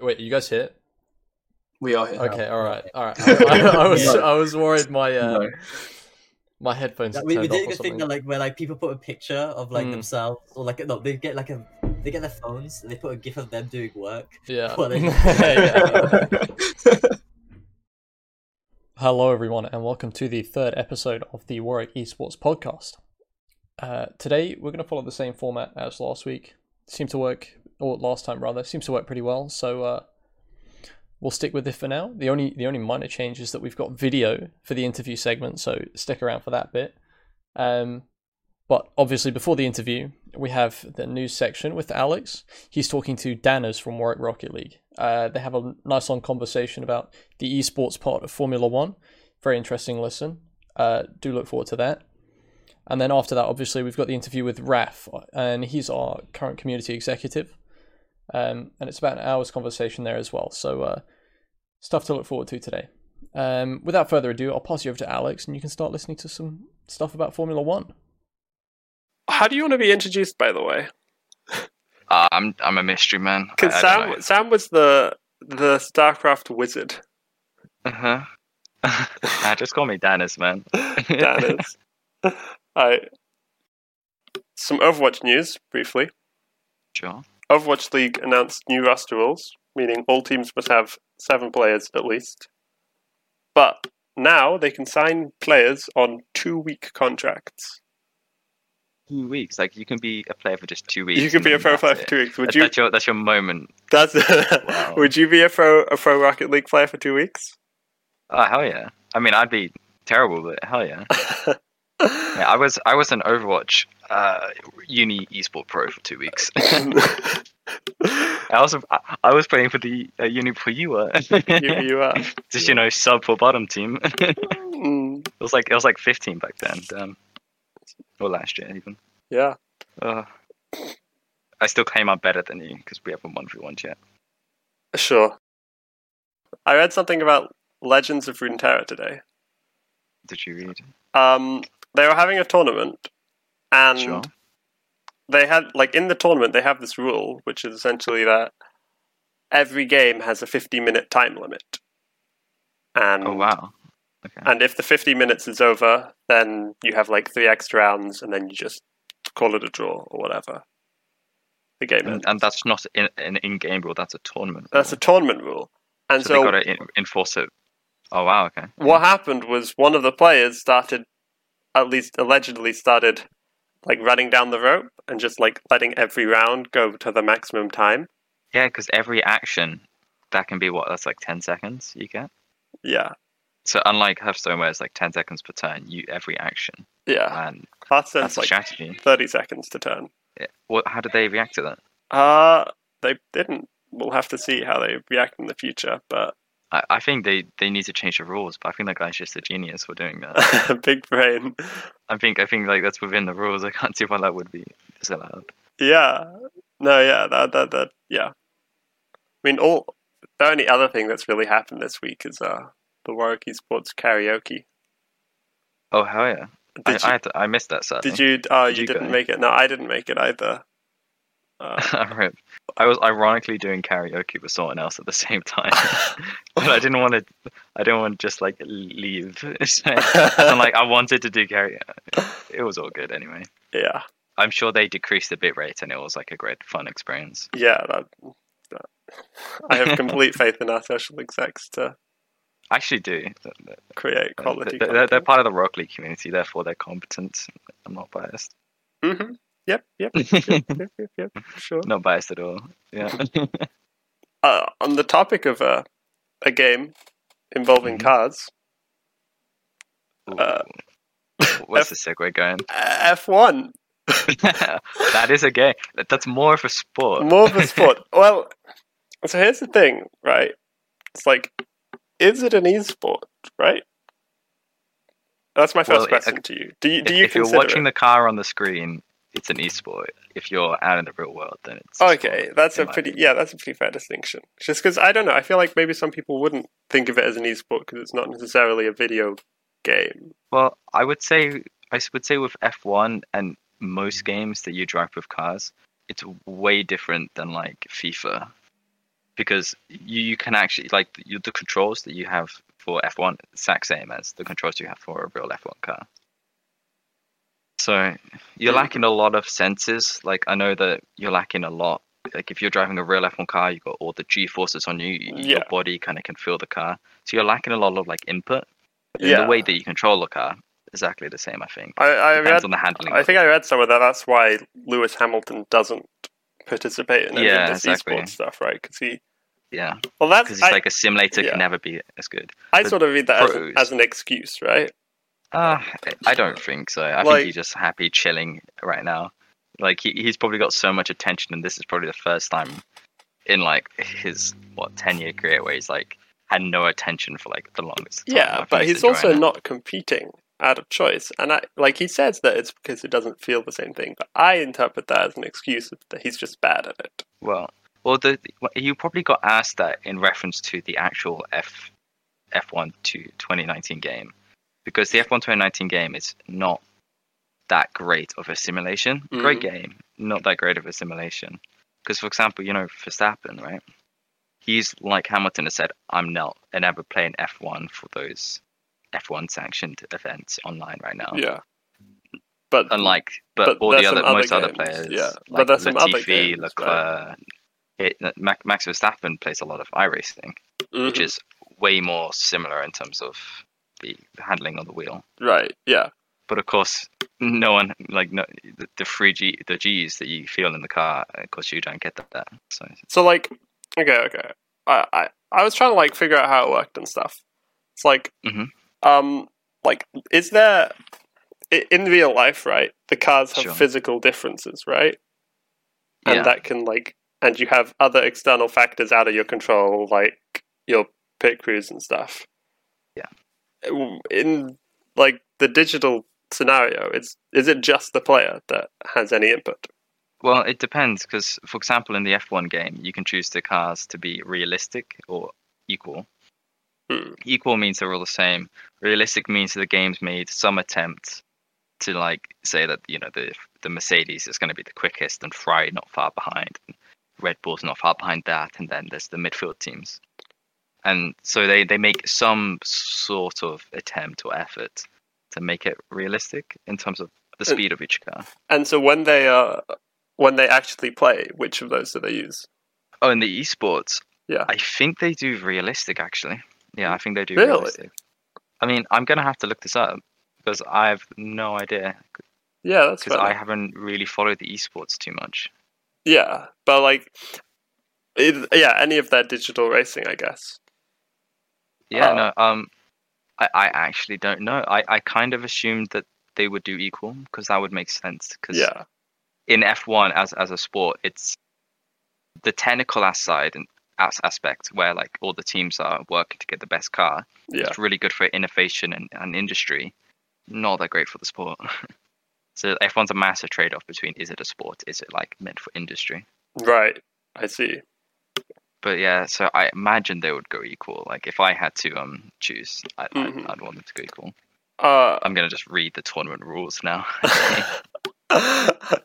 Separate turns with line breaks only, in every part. Wait, you guys hit?
We are here.
Okay, all right, all right. I, I was
No.
I was worried my uh,
No.
my headphones.
Like,
had
we, we
turned
did
off
the
or
thing that
something.
like where like people put a picture of like
Mm.
themselves or like no they get like a they get their phones and they put a gif of them doing work.
Yeah.
Well, they-
Yeah. Hello, everyone, and welcome to the third episode of the Warwick Esports Podcast. Uh, today, we're going to follow the same format as last week. Seemed to work, or last time rather, seems to work pretty well. So uh, we'll stick with it for now. The only the only minor change is that we've got video for the interview segment, so stick around for that bit. Um, but obviously, before the interview, we have the news section with Alex. He's talking to Danners from Warwick Rocket League. Uh, they have a nice long conversation about the esports part of Formula One. Very interesting listen. Uh, do look forward to that. And then after that, obviously, we've got the interview with Raf, and he's our current community executive. Um, and it's about an hour's conversation there as well. So, uh, stuff to look forward to today. Um, without further ado, I'll pass you over to Alex, and you can start listening to some stuff about Formula One.
How do you want to be introduced, by the way?
Uh, I'm I'm a mystery man. I-
Because
I
Sam,
don't know.
Sam was the the StarCraft wizard.
Uh-huh. nah, just call me Danis, man.
Dan is. I some Overwatch news briefly.
Sure.
Overwatch League announced new roster rules, meaning all teams must have seven players at least. But now they can sign players on two-week contracts.
Two weeks. Like you can be a player for just two weeks.
You could
and
be a
then
pro
that's
player
it.
for two weeks. Would
That's,
you?
that's your that's your moment.
That's.
Wow.
would you be a pro a pro Rocket League player for two weeks?
Oh hell yeah. I mean, I'd be terrible, but hell yeah. yeah I was I was an Overwatch uh, uni esport pro for two weeks. I also I, I was playing for the uh, uni for you were
you, you are.
just you know sub for bottom team. it
Mm,
was like it was like 15 back then. Damn. Or last year even.
yeah.
Uh, I still claim I'm better than you because we haven't won for one yet.
Sure. I read something about Legends of Runeterra today.
Did you read?
Um, they were having a tournament, and
Sure.
they had like in the tournament they have this rule, which is essentially that every game has a fifty-minute time limit, and
Oh wow. Okay.
and if the fifty minutes is over, then you have like three extra rounds, and then you just call it a draw or whatever. The game
And,
ends.
and that's not in, an in-game rule. That's a tournament.
That's a
rule.
tournament rule, and so
so, they got to in, enforce it. Oh wow. Okay.
what happened was one of the players started at least allegedly started like running down the rope and just like letting every round go to the maximum time
Yeah, because every action that can be what that's like 10 seconds you get.
yeah
So unlike Hearthstone, where it's like 10 seconds per turn, you every action
yeah
and
Hearthstone's
that's a
like
strategy.
30 seconds to turn
Yeah. What? How did they react to that?
uh they didn't we'll have to see how they react in the future but
I, I think they, they need to change the rules, but I think that guy's just a genius for doing that.
big brain
I think I think like that's within the rules. I can't see why that would be is allowed.
yeah no yeah that that that yeah i mean all the only other thing that's really happened this week is uh the Warwick Esports karaoke.
Oh hell yeah! I,
Did you-
I, had to, I missed that sadly.
Did you? Oh,
Did
you,
you
didn't
go?
make it. No, I didn't make it either. Uh,
Rip. I was ironically doing karaoke with someone else at the same time, but I didn't want to. I didn't want to just like leave. So, I'm like I wanted to do karaoke. It was all good anyway.
yeah,
I'm sure they decreased the bit rate, and it was like a great fun experience.
yeah. That, that. I have complete faith in our social execs to
I actually do. Th- th-
create quality.
th- They're, they're part of the Rock League community, therefore they're competent. I'm not biased.
hmm Yep, yep, yep, yep, yep. Sure.
not biased at all. Yeah.
Uh, on the topic of uh, a game involving
Mhm.
cars, Uh,
Ooh. Where's the segue going?
F one
that is a game. That- That's more of a sport.
more of a sport. well, so here's the thing, right? It's like, is it an esport, right? That's my first
Well, it- uh,
question to you. Do you do
If-
you
if you're
consider it?
watching the car on the screen, it's an esport. If you're out in the real world, then it's a
Okay,
sport,
that's
in
a
my
pretty
opinion.
yeah, that's a pretty fair distinction. Just because I don't know, I feel like maybe some people wouldn't think of it as an esport because it's not necessarily a video game.
Well, I would say I s- would say with F1 and most games that you drive with cars, it's way different than like FIFA because you, you can actually like you, the controls that you have for F1 exact same as the controls you have for a real F1 car. So you're
Hmm.
lacking a lot of senses. Like I know that you're lacking a lot. Like if you're driving a real F1 car, you've got all the G forces on you. y- Your
Yeah.
body kind of can feel the car. So you're lacking a lot of like input. And
yeah.
The way that you control the car, exactly the same. I think
I, I
depends
read.
on the handling.
I
of
think I read somewhere that that's why Lewis Hamilton doesn't participate in any
Yeah,
of this
exactly.
esports stuff, right? Because he.
it, yeah,
Well, that's
because it's
I,
like a simulator
yeah.
can never be as good.
I
the
sort of read that as,
pros.
as an excuse, right?
Uh, I don't think so. I
Like-
think he's just happy chilling right now. Like he, he's probably got so much attention, and this is probably the first time in like his what ten year career where he's like had no attention for like the longest. Time. I
Yeah,
think
but he's
enjoying
also
it.
not competing out of choice, and I like he says that it's because it doesn't feel the same thing. But I interpret that as an excuse that he's just bad at it.
Well, well, the, the- you probably got asked that in reference to the actual F F1 to 2019 game, because the F1 2019 game is not that great of a simulation. Great game, not that great of a simulation. Because for example, you know Verstappen, right? He's like Hamilton has said, I'm not and ever playing F1 for those F1 sanctioned events online right now.
Yeah, but
Unlike, but,
But
all the
there's some
other,
other
most other
games,
players,
yeah. But
like
there's some other
Latifi,
games, right?
Leclerc, it, Ma- Max Verstappen plays a lot of iRacing, which
Mhm.
is way more similar in terms of the handling on the wheel.
right, yeah,
But of course, no one like no, the, the free G, the G's that you feel in the car. Of course, you don't get that. So
So like, okay, okay. I I, I was trying to like figure out how it worked and stuff. It's like,
Mhm.
um, like is there i- in real life, right? The cars have
Sure.
physical differences, right? And
yeah,
that can like, and you have other external factors out of your control, like your pit crews and stuff.
Yeah.
In like the digital scenario, it's is it just the player that has any input?
well, it depends because, for example, in the F1 game, you can choose the cars to be realistic or equal.
Hmm.
equal means they're all the same. Realistic means that the game's made some attempt to like say that you know the the Mercedes is going to be the quickest and Ferrari not far behind, and Red Bull's not far behind that, and then there's the midfield teams, and so they they make some sort of attempt or effort to make it realistic in terms of the
Uh,
speed of each car.
And so when they uh when they actually play, which of those do they use?
Oh, and the esports.
Yeah.
I think they do realistic actually. Yeah, I think they do
Really?
realistic. I mean, I'm gonna have to look this up because I have no idea
Yeah, that's
because
right.
I haven't really followed the esports too much.
Yeah, but like, it, yeah, any of their digital racing, I guess.
Yeah,
Uh,
no. Um, I, I actually don't know. I, I kind of assumed that they would do equal because that would make sense. Because
Yeah,
in F1 as as a sport, it's the technical as- side and as aspect where like all the teams are working to get the best car.
yeah,
it's really good for innovation and, and industry, not that great for the sport. so F1's a massive trade off between is it a sport, is it like meant for industry?
right. I see.
But yeah, so I imagine they would go equal. Like if I had to um choose, I,
Mhm.
I'd, I'd want them to go equal.
Uh,
I'm gonna just read the tournament rules now. I,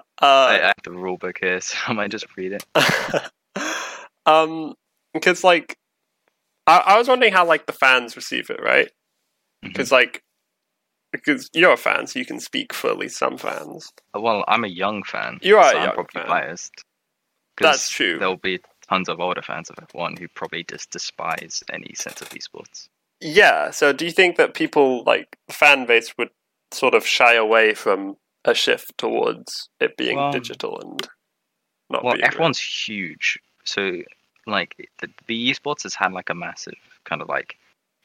uh,
I have the rule book here, so I might just read it.
um, because like, I, I was wondering how like the fans receive it, right?
Mm-hmm.
Because like, because you're a fan, so you can speak for at least some fans.
Well, I'm a young fan.
You are
so
a
I'm
young
probably
fan.
biased. 'Cause
That's true.
There'll be tons of older fans of F1 who probably just despise any sense of esports.
Yeah, so do you think that people like the fan base would sort of shy away from a shift towards it being
Well,
digital and not
well
being real?
f1's huge so like the, the esports has had like a massive kind of like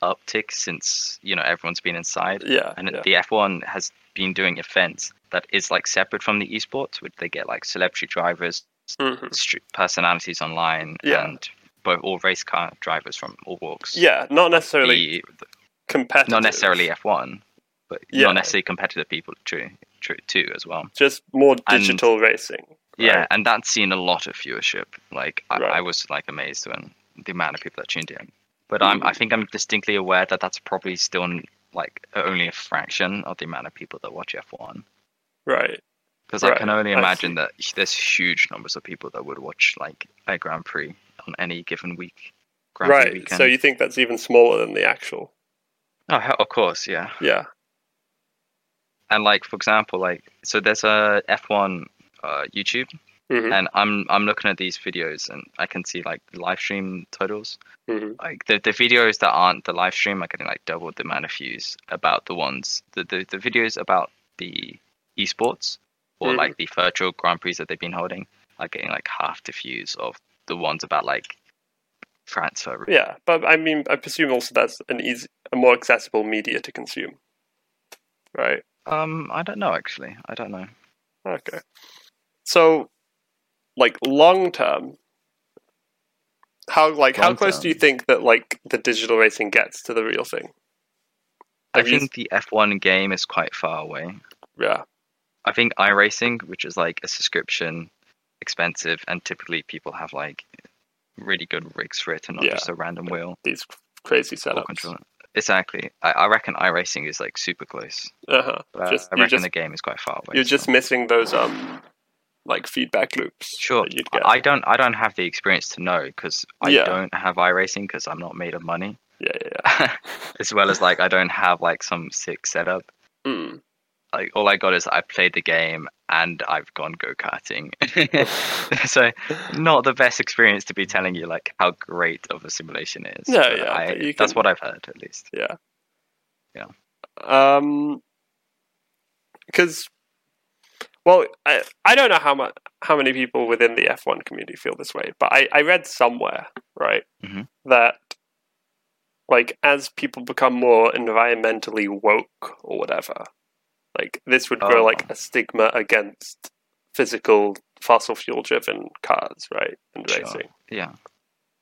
uptick since you know everyone's been inside
Yeah,
and
yeah.
the f1 has been doing events that is like separate from the esports which they get like celebrity drivers
Mhm.
str- personalities online
Yeah.
and both all race car drivers from all walks
Yeah, not necessarily
The-
competitive.
not necessarily f1 but
Yeah.
not necessarily competitive people true true too as well
Just more
And-
digital racing.
Yeah,
right?
and that's seen a lot of viewership. Like I, I
Right.
was like amazed when the amount of people that tuned in. But I'm, I think I'm distinctly aware that that's probably still like only a fraction of the amount of people that watch F1.
Right.
Because I
Right,
can only
I
imagine that there's huge numbers of people that would watch like a Grand Prix on any given week. Grammy
right.
Weekend.
So you think that's even smaller than the actual?
oh, hell, of course, yeah.
Yeah.
And like for example, like so there's a F1 uh, YouTube,
Mhm.
and I'm I'm looking at these videos and I can see like the live stream totals.
Mhm.
Like the, the videos that aren't the live stream are getting like double the amount of views about the ones the the, the videos about the esports or
Mhm.
like the virtual grand prix that they've been holding are getting like half the views of the ones about like transfer.
Yeah, but I mean, I presume also that's an easy, a more accessible media to consume, right?
Um, I don't know actually. I don't know.
Okay. So, like long term, how like how
Long
close
term.
do you think that like the digital racing gets to the real thing?
I
Have you-
think the F1 game is quite far away.
Yeah.
I think iRacing, which is like a subscription, expensive, and typically people have like really good rigs for it and not
Yeah.
just a random wheel
These crazy
or
setups.
controller. Exactly. I, I reckon iRacing is like super close.
Uh-huh.
But
Just-
I
you
reckon
just-
the game is quite far away.
You're
as
just
well.
missing those um like feedback loops
sure.
that you'd get.
I don't. I don't have the experience to know because I
Yeah.
don't have iRacing because I'm not made of money.
Yeah, yeah,
as well as like I don't have like some sick setup.
yeah. Mm.
like all I got is I played the game and I've gone go karting. so not the best experience to be telling you like how great of a simulation is.
No,
but
yeah,
I-
but you
that's
can-
what I've heard at least.
Um, because, well, I I don't know how much how many people within the F one community feel this way, but I I read somewhere right
Mhm.
that like as people become more environmentally woke or whatever, like this would grow
Oh.
like a stigma against physical fossil fuel driven cars, right, and
Sure.
racing.
Yeah,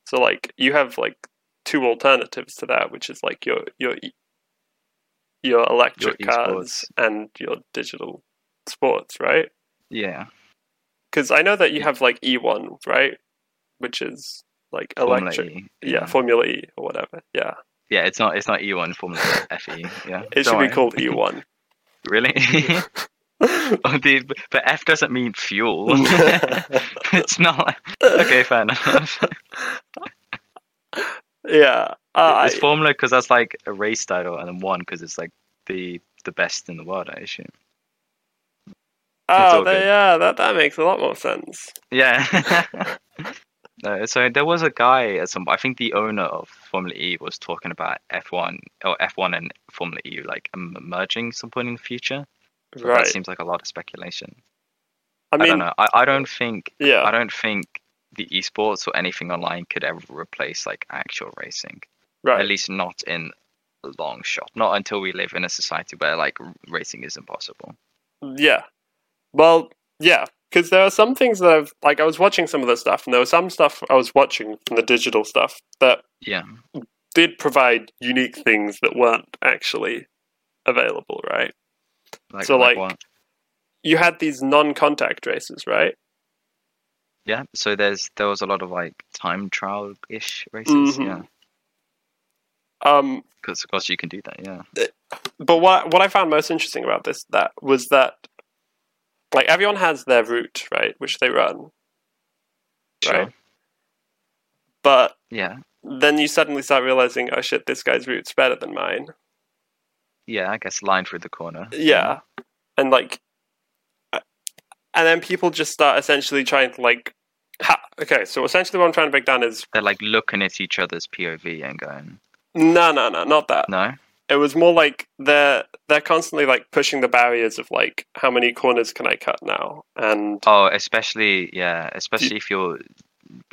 So like you have like two alternatives to that, which is like your your e- your electric cars and your digital sports, right?
yeah.
Because I know that you have like E1, right, which is like
Formula
electric,
E,
yeah, Formula E or whatever. Yeah,
yeah. It's not. It's not E1 Formula FE. Yeah,
it should
Don't
be
worry.
called E E1.
Really? Oh, the- but F doesn't mean fuel. it's not. Okay, fair enough.
yeah, uh,
it's Formula because that's like a race title, and then one because it's like the the best in the world, I assume.
oh,
all good.
yeah, that that makes a lot more sense.
Yeah. no, so there was a guy at some I think the owner of Formula E was talking about F1 or F1 and Formula E like m- merging some point in the future. But
Right.
That seems like a lot of speculation.
I
I,
mean,
don't know. I, I don't think I
yeah,
don't think the esports or anything online could ever replace like actual racing. At
right.
least not in the long shot. Not until we live in a society where like r- racing is impossible.
Yeah. Well, yeah, because there are some things that I've like. I was watching some of the stuff, and there was some stuff I was watching from the digital stuff that
Yeah.
did provide unique things that weren't actually available. Right?
Like,
So, like-
what?
You had these non-contact races, right?
yeah. So there's there was a lot of like time trial ish races.
Mhm.
Yeah.
Um,
because of course you can do that yeah
but what what I found most interesting about this that was that like everyone has their route, right, which they run, right? But
yeah
then you suddenly start realizing, oh shit, this guy's route's better than mine.
yeah i guess line through the corner
yeah and like uh, and then people just start essentially trying to like ha- okay so essentially what i'm trying to break down is
they're like looking at each other's pov and going
no no no not that
no
it was more like they're they're constantly like pushing the barriers of like how many corners can i cut now and
oh especially yeah especially if you're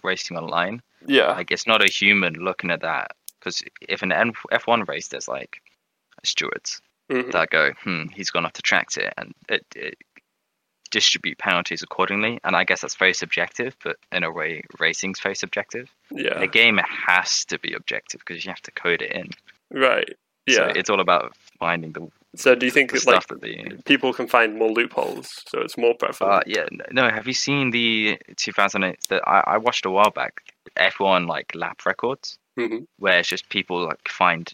racing online
yeah
Oh, like it's not a human looking at that because if an N- f1 race there's like stewards
mhm,
that go hmm he's gone off the track here and it, it distribute penalties accordingly and i guess that's very subjective but in a way racing's very subjective
yeah
in a game it has to be objective because you have to code it in
right
so
yeah so,
it's all about finding the
do you think
the
that, like
stuff that they.
people can find more loopholes so it's more prevalent
Uh, yeah, n- no. Have you seen the 2008 that I, I watched a while back? F1 like lap records,
Mhm.
where it's just people like find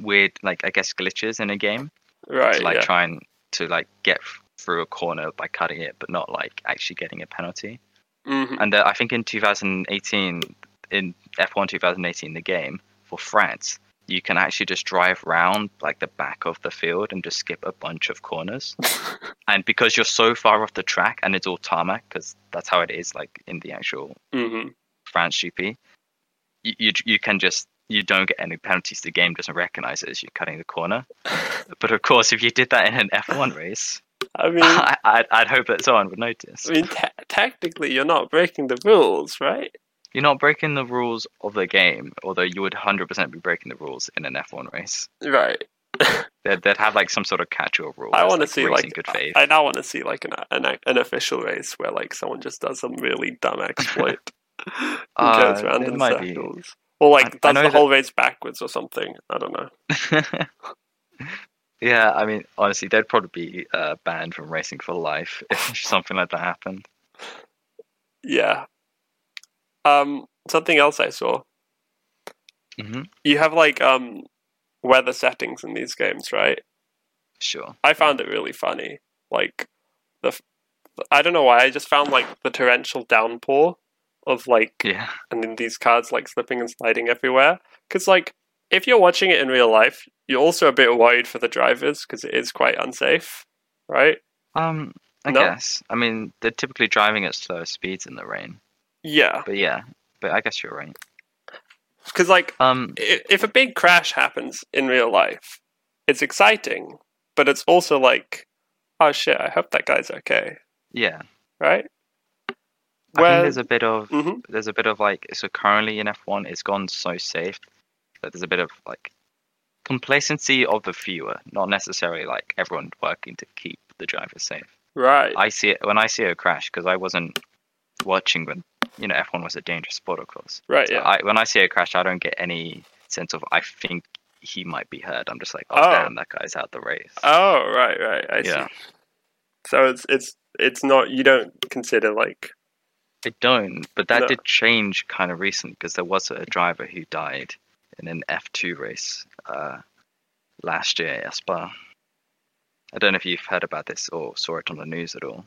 weird, like I guess glitches in a game
right
to like
yeah
try and to like get f- through a corner by cutting it, but not like actually getting a penalty.
hmm
And uh, I think in 2018, in F1 2018, the game for France, you can actually just drive round like the back of the field and just skip a bunch of corners. and because you're so far off the track and it's all tarmac, because that's how it is like in the actual
hmm
France GP, you, you you can just you don't get any penalties. The game doesn't recognize it as you cutting the corner. but of course, if you did that in an F1 race,
I mean, I
I, I'd, I'd hope that someone would notice.
mean, ta technically, you're not breaking the rules, right?
You're not breaking the rules of the game, although you would 100% be breaking the rules in an F1 race.
Right.
They'd, they'd have like some sort of catch-all rule.
I
that's,
want to see
race in
like
good
I,
faith.
I now want to see like an, an an official race where like someone just does some really dumb exploit and
Uh,
goes around
it
in
might be.
circles, or
I- I
like does
know
the
that-
whole race backwards or something. I don't know.
yeah, I mean, honestly, they'd probably be uh, banned from racing for life if something like that happened.
Yeah. Um, something else I saw.
hmm
You have like um weather settings in these games, right?
Sure.
I found it really funny. Like the, f- I don't know why. I just found like the torrential downpour of like
Yeah.
and then these cards like slipping and sliding everywhere. Because like if you're watching it in real life, you're also a bit worried for the drivers because it is quite unsafe, right?
Um, I
No.
guess. I mean, they're typically driving at slower speeds in the rain.
Yeah,
But yeah, but I guess you're right.
because like
Um,
i- if a big crash happens in real life, it's exciting, but it's also like, oh shit, I hope that guy's okay,
yeah.
right?
I think
Where-
there's a bit of
Mhm.
there's a bit of like so currently in F1 it's gone so safe that there's a bit of like complacency of the viewer, not necessarily like everyone working to keep the driver safe.
Right.
I see it when I see a crash because I wasn't watching when you know F1 was a dangerous sport, of course.
Right,
So
yeah.
I, when I see a crash, I don't get any sense of I think he might be hurt. I'm just like, oh,
Oh.
damn, that guy's out the race.
Oh, right, right. I
Yeah.
see. So it's it's it's not you don't consider like
I don't, but that
No.
did change kind of recently because there was a driver who died in an F2 race uh, last year at Spa. I don't know if you've heard about this or saw it on the news at all,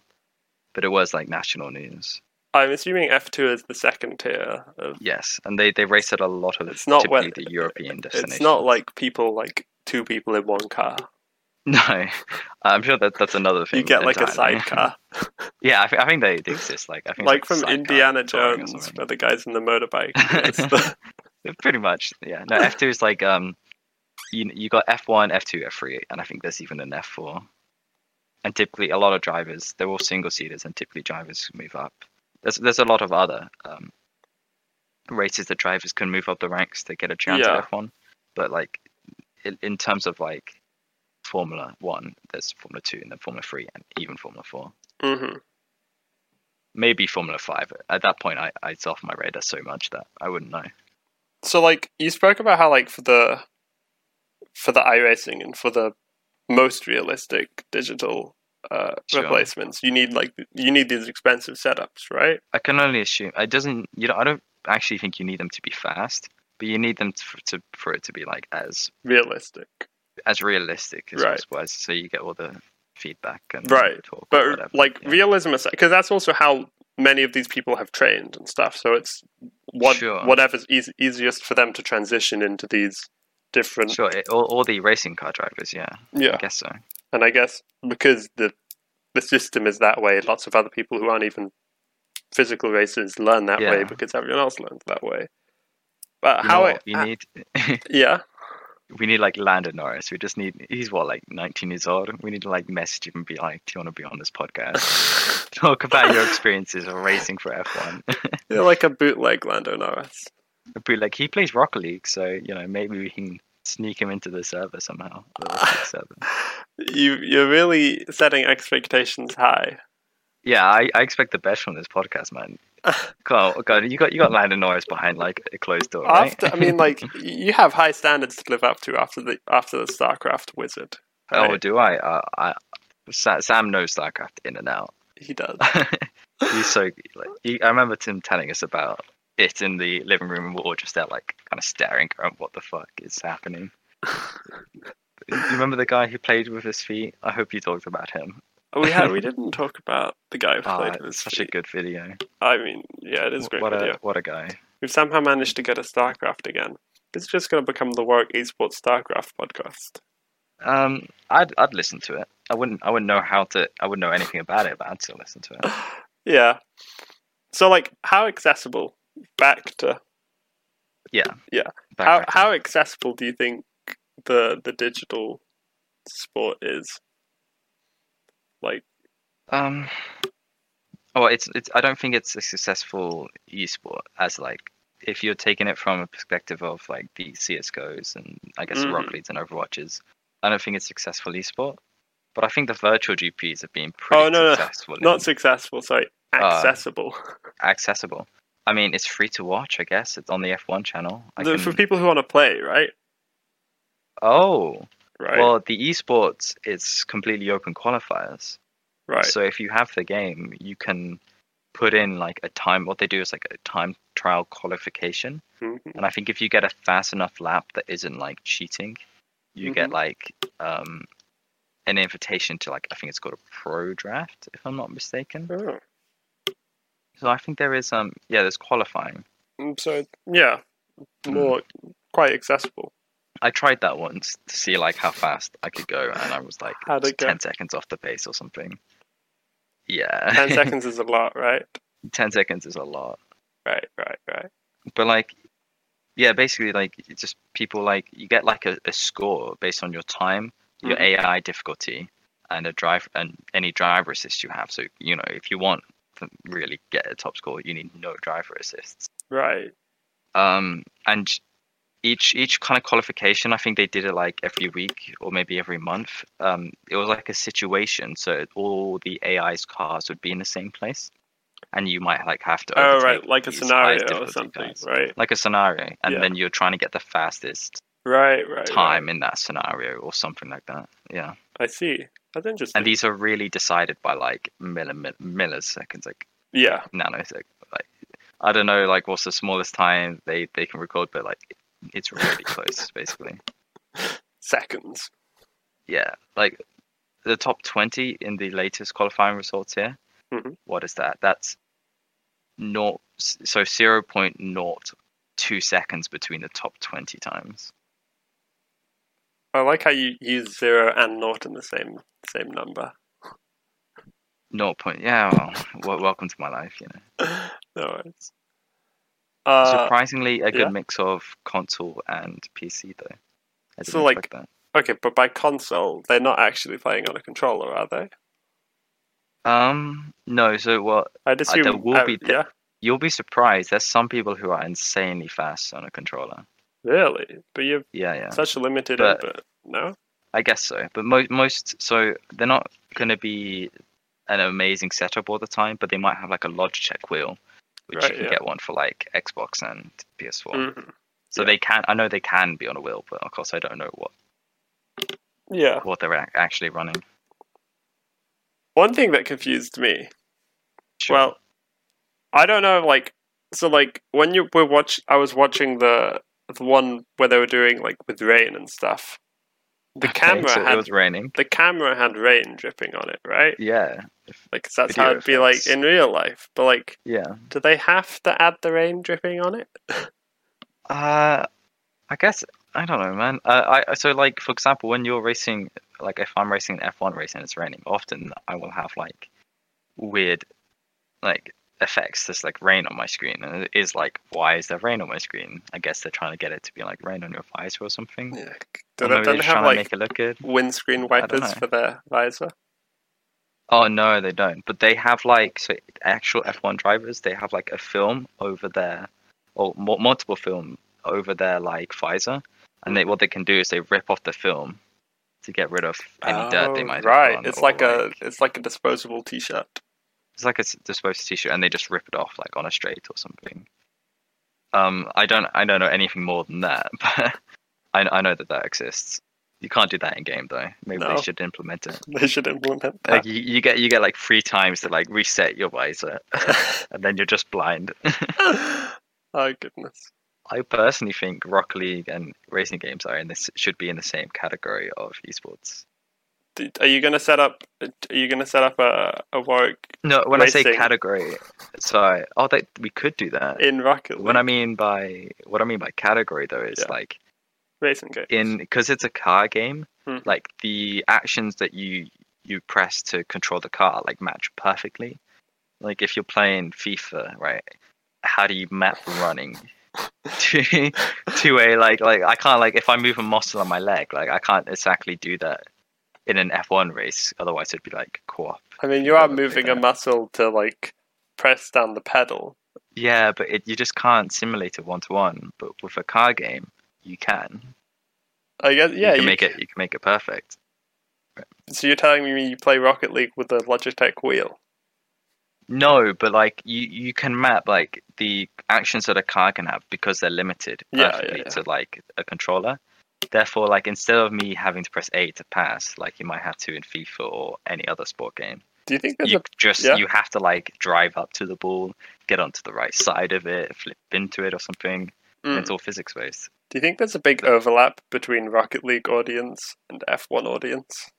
but it was like national news.
I'm assuming F2 is the second tier of
Yes, and they, they raced at a lot of
It's not
typically
wet-
the European destinations.
It's not like people like two people in one car.
no, I'm sure that that's another thing.
You get like a
entirely.
sidecar,
yeah, I, thi- I think they, they exist. Like I think
like
it's
from
sidecar
Indiana
touring or
Jones,
something.
where the guy's in the motorbike. It's the-
Pretty much, yeah. No, F two is like um, you you got F one, F two, F three, and I think there's even an F four. And typically, a lot of drivers they're all single seaters, and typically drivers move up. There's there's a lot of other um, races that drivers can move up the ranks to get a chance
Yeah.
at F one, but like in, in terms of like Formula One, there's Formula Two, and then Formula Three, and even Formula Four.
Mhm.
Maybe Formula Five. At that point, I it's off my radar so much that I wouldn't know.
So like you spoke about how like for the for the iRacing and for the most realistic digital uh,
Sure.
replacements, you need like you need these expensive setups, right?
I can only assume it doesn't. You know, I don't actually think you need them to be fast, but you need them to, for- to for it to be like as
Realistic,
as realistic as
Right.
possible, as, so you get all the feedback and
Right,
talk or
but
whatever,
like
yeah.
realism aside, because that's also how many of these people have trained and stuff. So it's what
Sure.
whatever's eas- easiest for them to transition into these different.
Sure, it, all, all the racing car drivers, yeah,
Yeah,
I guess so.
and I guess because the the system is that way, lots of other people who aren't even physical racers learn that way
Yeah.
because everyone else learns that way. But
You
how?
know
I,
what we need
yeah,
we need like Landon Norris. We just need he's what like 19 years old. We need to like message him and be like, do you want to be on this podcast? talk about your experiences of racing for F1.
you're like a bootleg Lando Norris.
But like he plays Rocket League, so you know maybe we can sneak him into the server somehow. the Rocket League server.
You you're really setting expectations high.
Yeah, I, I expect the best from this podcast, man. God, God, you got you got Landon Norris behind like a closed door, right?
After I mean, like y- you have high standards to live up to after the after the StarCraft wizard.
oh,
right?
do I? Uh, I Sa- Sam knows Starcraft in and out.
he does.
He's so like he, I remember Tim telling us about it in the living room, and we're all just there like kind of staring, going, "What the fuck is happening?" you remember the guy who played with his feet? I hope you talked about him.
Oh, We had we didn't talk about the guy who
Ah,
played in
it's such a good video.
I mean, yeah, it is a great
What
video.
a what a guy.
We've somehow managed to get a StarCraft again. This is just going to become the Warwick Esports StarCraft podcast.
Um, I'd I'd listen to it. I wouldn't I wouldn't know how to I wouldn't know anything about it, but I'd still listen to it.
Yeah. So, like, how accessible? Back to
Back-
how
back-
how accessible do you think the the digital sport is? Like,
Um, oh, it's it's. I don't think it's a successful esport as like if you're taking it from a perspective of like the CS:GOs and I guess
Mhm.
Rocket Leagues and Overwatches. I don't think it's a successful esport, but I think the virtual GPs have been pretty
Oh, no, no,
successful. in
not successful. Sorry,
Uh,
accessible.
accessible. I mean, it's free to watch. I guess it's on the F1 channel. I
The-
can...
For people who want to play, right?
Oh,
Right.
well, the esports is completely open qualifiers.
right.
So if you have the game, you can put in like a time. What they do is like a time trial qualification,
Mhm.
and I think if you get a fast enough lap that isn't like cheating, you get
Mm-hmm.
like um an invitation to like I think it's called a pro draft, if I'm not mistaken.
Oh.
So I think there is um yeah, there's qualifying.
Mm, So yeah,
Mm.
more quite accessible.
I tried that once to see like how fast I could go, and I was like
How'd it go?
ten seconds off the pace or something. Yeah,
Ten seconds is a lot, right?
10 seconds is a lot.
Right, right, right.
but like yeah basically like it's just people like you get like a, a score based on your time your
Mm-hmm.
ai difficulty and a drive and any driver assist you have so you know if you want to really get a top score you need no driver assists
Right.
um and each each kind of qualification i think they did it like every week or maybe every month um it was like a situation so all the ai's cars would be in the same place and you might like have to
Oh,
overtake
right. Like a
these highest
scenario or
difficulty
something.
cars
Right.
like a scenario, and
Yeah.
then you're trying to get the fastest
Right, right.
time in that scenario or something like that. Yeah,
Right. I see. That's interesting.
and these are really decided by like milli, mill- milliseconds, like
yeah.
nanoseconds. Like I don't know, like what's the smallest time they they can record, but like it's really close, basically.
Seconds.
Yeah, like the top twenty in the latest qualifying results here.
Mhm.
What is that? That's not so zero point naught two seconds between the top twenty times.
I like how you use zero and naught in the same same number.
No point. Yeah, well, w- welcome to my life. You know,
No worries. Uh,
surprisingly, a good
yeah.
mix of console and PC though. I
So,
didn't
like-
expect
okay, but by console, they're not actually playing on a controller, are they?
that. Um, no. So what?
I'd assume.
there will
uh,
be-
yeah.
You'll be surprised. There's some people who are insanely fast on a controller.
Really? But you have
Yeah, yeah.
such a limited
But-
input. No.
I guess so. But mo- most, so they're not gonna be an amazing setup all the time, but they might have like a Logitech wheel, which
Right,
you can
yeah.
get one for like Xbox and PS4.
Mhm.
So
yeah.
they can. I know they can be on a wheel, but of course I don't know what
Yeah.
what they're ac- actually running.
One thing that confused me.
Sure.
Well, I don't know. Like, so, like when you were watch, I was watching the the one where they were doing like with rain and stuff. The
Okay,
camera
so
had
Ah, it was raining.
the camera had rain dripping on it, right?
Yeah,
Like 'cause that's how
Video
it'd be like
effects.
in real life. But like,
yeah.
do they have to add the rain dripping on it?
Uh, I guess I don't know, man. Uh, I so like for example, when you're racing, like if I'm racing an F1 race and it's raining, often I will have like weird, like effects. There's like rain on my screen, and it is like, why is there rain on my screen? I guess they're trying to get it to be like rain on your visor or something.
Yeah.
Or
Do they,
maybe
don't
they're
they
just
have
trying
like
to make it look good.
windscreen
I don't
wipers
know.
for their visor?
Oh no, they don't. But they have like so actual F1 drivers. They have like a film over their, or mu- multiple film over their like visor, and they what they can do is they rip off the film to get rid of any dirt they
Oh,
might have
right.
done,
It's
or,
like a it's like a disposable T-shirt.
it's like a s- disposable t-shirt, and they just rip it off like on a straight or something. Um, I don't I don't know anything more than that, but I I know that that exists. You can't do that in game though. Maybe
No.
they should implement it.
They should implement that.
Like you, you get you get like three times to like reset your visor, and then you're just blind.
oh goodness.
I personally think Rocket League and racing games are in this should be in the same category of esports.
d- are you going to set up? Are you going to set up a, a Warwick
No, when I say
Racing.
category, sorry. Oh, that we could do that.
in Rocket League
What I mean by what I mean by category though is
Yeah.
like
racing game?
in because it's a car game.
Hmm.
Like the actions that you you press to control the car like match perfectly. Like if you're playing FIFA, right? How do you map running? to, to a like like I can't like if I move a muscle on my leg, like I can't exactly do that in an F1 race. Otherwise, it'd be like co-op.
I mean, you are
Probably
moving a
that.
muscle to like press down the pedal.
Yeah, but it, you just can't simulate it one to one. But with a car game, you can.
I guess yeah.
you can
you-
make it. You can make it perfect.
So you're telling me you play Rocket League with a Logitech wheel?
No, but like you, you can map like the actions that a car can have because they're limited
Yeah, yeah,
perfectly
yeah.
to like a controller. Therefore, like instead of me having to press A to pass, like you might have to in FIFA or any other sport game,
Do you think there's
you
a
just
yeah.
you have to like drive up to the ball, get onto the right side of it, flip into it or something. and
Mm.
It's all physics based.
Do you think there's a big overlap between Rocket League audience and F1 audience?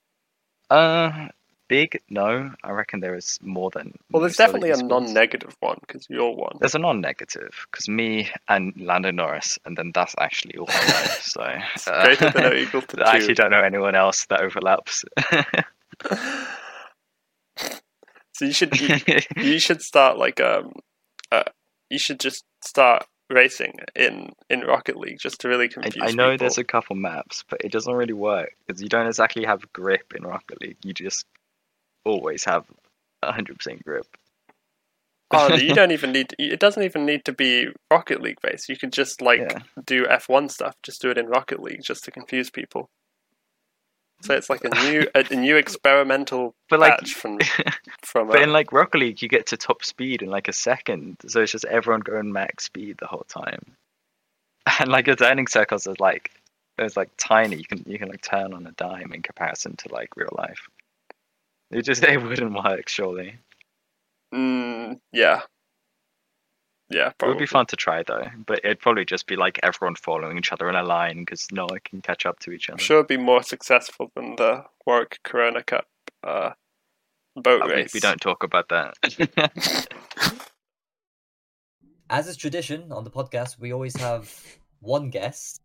Uh, big? No, I reckon there is more than.
Well, there's
most other
definitely a
esports.
non-negative one because you're one.
There's a non-negative because me and Lando Norris, and then that's actually all I know. So
It's
uh,
greater than or equal to two.
I actually don't know anyone else that overlaps.
so you should you, you should start like um uh, you should just start racing in in Rocket League just to really
I,
confuse.
I know
people.
there's a couple maps, but it doesn't really work because you don't exactly have grip in Rocket League. You just always have 100% grip.
oh, you don't even need. It doesn't even need to be Rocket League based. You could just like
Yeah.
do F1 stuff. Just do it in Rocket League, just to confuse people. So it's like a new, a, a new experimental
But, like-
patch from from.
But
uh,
in like Rocket League, you get to top speed in like a second, so it's just everyone going max speed the whole time. And like your turning circles are like, it's like tiny. You can you can like turn on a dime in comparison to like real life. It just it wouldn't work surely.
mm, yeah, yeah,
It
probably.
would be fun to try though, but it'd probably just be like everyone following each other in a line because no one can catch up to each
I'm
other.
sure it'd be more successful than the Warwick Corona Cup uh, boat
Uh, we,
race.
we don't talk about that.
As is tradition on the podcast, we always have one guest,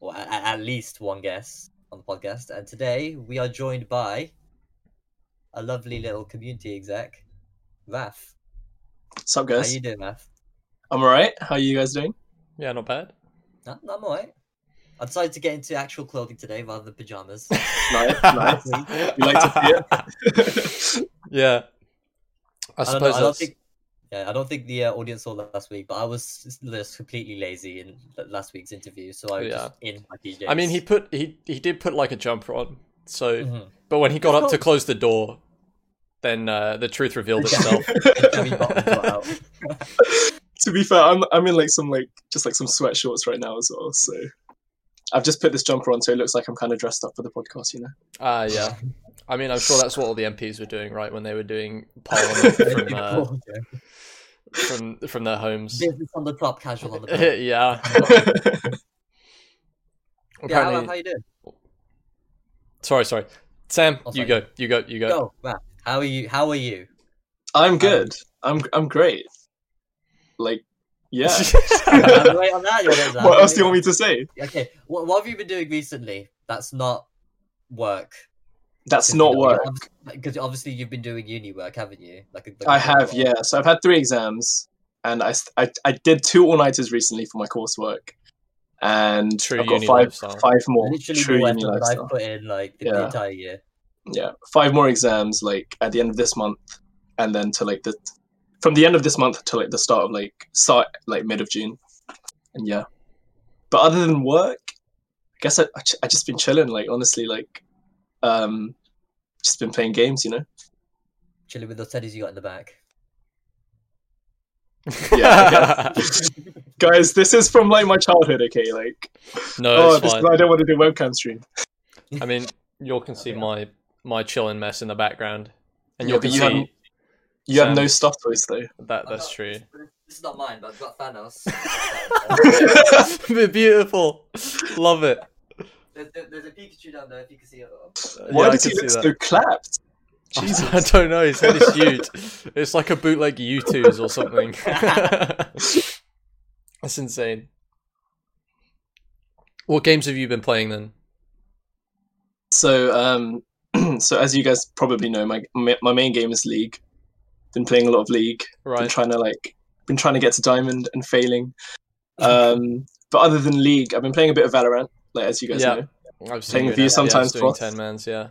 or at, at least one guest on the podcast. And today we are joined by a lovely little community exec, Raf.
What's up,
How
guys?
you doing, Raf?
I'm alright. How are you guys doing?
Yeah, not bad.
No, no, I'm alright. I decided to get into actual clothing today rather than pajamas.
Nice, nice. You like to see it?
Yeah. I
I don't,
suppose
know, I don't
that's
think. Yeah, I don't think the uh, audience saw that last week, but I was just- just completely lazy in l- last week's interview, so I was
Yeah.
just in my PJs.
I mean he put he he did put like a jumper on. So
Mhm.
but when he got up to
course.
close the door, then uh, the truth revealed itself.
Joey Bottoms got out.
to be fair, I'm I'm in like some like just like some sweatshorts right now as well. So I've just put this jumper on, so it looks like I'm kind of dressed up for the podcast. You know,
Ah yeah. I mean I'm sure that's what all the MPs were doing, right, when they were doing parliament from uh,
Oh, yeah.
from from their homes.
Business on the top, casual on the bottom.
yeah.
yeah, how- how,
Apparently,
you doing?
sorry, sorry. Sam,
Oh,
you
sorry.
go, you go, you go.
Go, Matt. How are you? How are you?
I'm good. I'm I'm great. Like, yeah.
I'm right on that, you're right on that.
what else do you want me to say?
Okay, what, what have you been doing recently? That's not work.
That's not work.
Because obviously you've been doing uni work, haven't you? Like, a-
I have, yeah. So I've had three exams, and I s- I, I did two all nighters recently for my coursework, and
True
I've got
uni
five
lifestyle.
five more.
Literally
True
more effort
uni
than
lifestyle.
I've put in like the, the
Yeah.
entire year.
Yeah, five more exams like at the end of this month, and then to like the from the end of this month to like the start of like start like mid of June, and yeah. But other than work, I guess I I, ju- I just been chilling. Like honestly, like um, just been playing games. You know.
Chilling with those teddies you got in the back.
Yeah, Guys, this is from like my childhood. Okay, like
no,
oh,
it's
this
fine.
is why I don't want to do webcam stream.
I mean, you all can see
Yeah.
my my chilling mess in the background, and
Yeah,
you all
but
can
you
see
haven't- You have
Sam.
no stuff toys though.
that. That's
Uh-huh.
true.
This is not mine, but I've got Thanos.
Beautiful, love it.
There's, there- there's a Pikachu down there if you can see it.
Why
I
does
can
he
see
look
that.
so clapped?
I
Jesus.
don't know. His head is huge. It's like a bootleg U2s or something. That's insane. What games have you been playing then?
So, um, so as you guys probably know, my my my main game is League. Been playing a lot of League. Been
Right.
trying to like, been trying to get to Diamond and failing. Um, but other than League, I've been playing a bit of Valorant, like as you guys
Yeah.
know.
I've
Playing
you
with you
now.
sometimes,
yeah, it's doing
Frost.
ten mans. Yeah.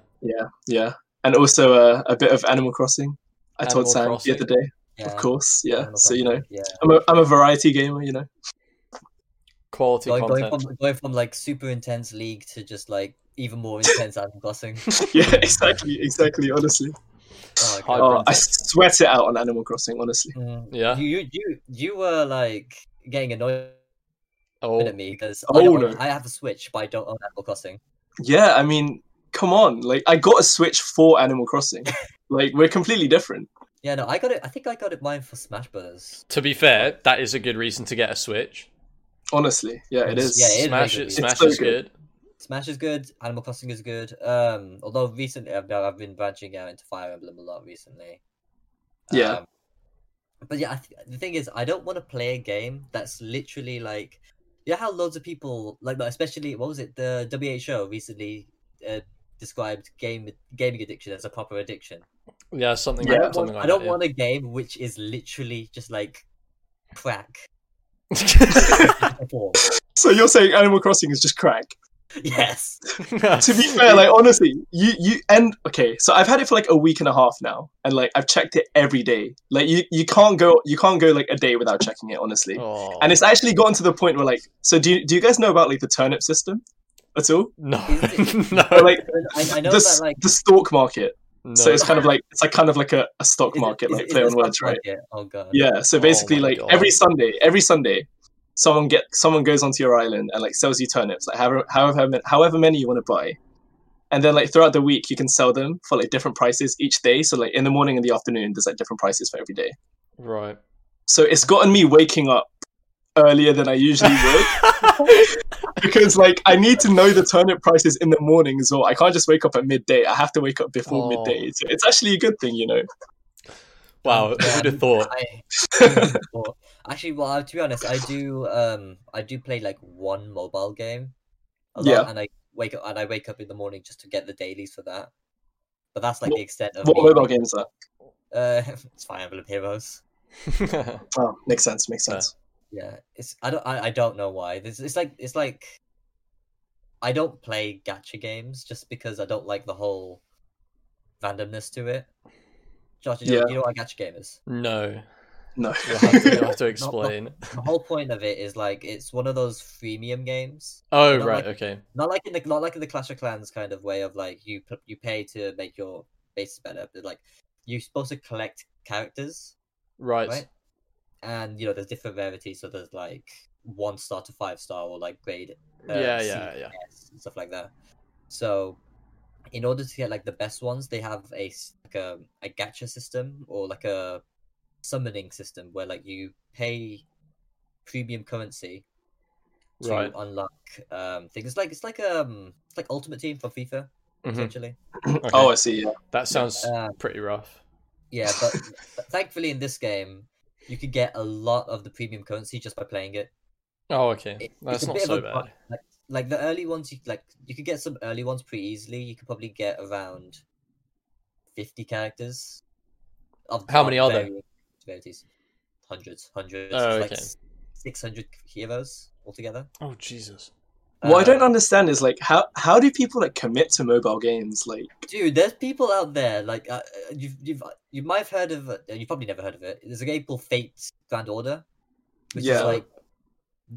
Yeah, and also uh, a bit of Animal Crossing. I
Animal
told Sam
Crossing.
the other day,
Yeah.
of course. Yeah,
Animal
so you know,
Crossing, Yeah.
I'm a I'm a variety gamer. You know,
Quality
Going, going
content.
from going from like super intense league to just like even more intense Animal Crossing.
yeah, exactly, exactly. Honestly,
Oh,
High
God.
oh, I sweat it out on Animal Crossing. Honestly,
Mm.
Yeah.
You, you you you were like getting annoyed
Oh,
at me because
Oh,
I, don't own-
no.
I have a Switch, but I don't own Animal Crossing.
yeah. I mean, come on, like I got a Switch for Animal Crossing. like we're completely different.
Yeah, no, I got it. I think I got it mine for Smash Brothers.
to be fair, that is a good reason to get a Switch.
Honestly, yeah, it is.
Yeah, it is
Smash
very
it.
good.
Smash
It's so
is
good.
good.
Smash is good. Animal Crossing is good. Um, although recently I've I've been branching out into Fire Emblem a lot recently.
Yeah.
Um, but yeah, I th- the thing is, I don't want to play a game that's literally like, you know how loads of people like, like, especially what was it? The WHO recently uh, described game gaming addiction as a proper addiction.
Yeah, something.
Yeah.
I
like-
don't, want,
something
I
like
don't
that, yeah.
want a game which is literally just like crack. Form.
So you're saying Animal Crossing is just crack?
yes.
to be fair, like honestly, you you and okay, so I've had it for like a week and a half now, and like I've checked it every day. Like you you can't go you can't go like a day without checking it, honestly.
Oh,
And it's actually gotten to the point where like, so do you, do you guys know about like the turnip system at all?
no,
Is
no,
Or, like
I, I know
the,
that
s-
like
the stock market.
no.
So it's kind of like it's like kind of like a, a stock
is it-
market,
is
like
it- is
play
it
on
stock
words, right?
market? Oh god.
Yeah. So
Oh
basically,
my
like
God.
every Sunday, every Sunday, someone get someone goes onto your island and like sells you turnips, like however however ma- however many you want to buy, and then like throughout the week you can sell them for like different prices each day. So like in the morning and the afternoon, there's like different prices for every day.
right.
So it's gotten me waking up earlier than I usually would because like I need to know the turnip prices in the morning as well. I can't just wake up at midday. I have to wake up before
Oh.
midday. So it's actually a good thing, you know.
Um,
wow, who would have thought?
I- or- actually, well, to be honest, I do. Um, I do play like one mobile game. A lot,
Yeah.
And I wake up and I wake up in the morning just to get the dailies for that. But that's like
What-
the extent of
What
me-
mobile game is that?
Uh, it's Fire Emblem Heroes.
Oh, makes sense. Makes
Yeah.
sense.
Yeah, it's I don't I, I don't know why. This it's like it's like I don't play gacha games just because I don't like the whole randomness to it. Josh, you know,
Yeah.
you know what a gacha game is?
no,
No.
you'll have to, you'll have to explain.
The whole point of it is like it's one of those freemium games.
Oh
Not
right,
like-
okay.
Not like in the not like in the Clash of Clans kind of way of like you p- you pay to make your base better, but like you're supposed to collect characters,
Right.
right? And you know there's different rarities, so there's like one star to five star or like grade uh,
yeah,
C
yeah, yeah.
chests and stuff like that. So, in order to get like the best ones, they have a s- like a, a gacha system or like a summoning system where like you pay premium currency to
Right.
unlock um things. It's like it's like um it's like Ultimate Team for FIFA
Mhm.
essentially.
Okay.
Oh, I see. Yeah.
that sounds
Uh,
pretty rough.
yeah, but but thankfully in this game. You could get a lot of the premium currency just by playing it.
Oh, okay.
It-
That's
it's a
not
bit of
so
a
bad.
grind. Like, like the early ones, you like you could get some early ones pretty easily. You could probably get around fifty characters. Of,
How many are there?
Varieties, hundreds, hundreds.
Oh,
it's
okay.
Like six hundred heroes altogether.
Oh Jesus. Uh,
What I don't
Um,
understand is like how how do people like commit to mobile games? Like
dude. There's people out there like uh, uh, you've you've uh, you might have heard of. uh, You've probably never heard of it. There's a game called Fate Grand Order, which
Yeah.
is like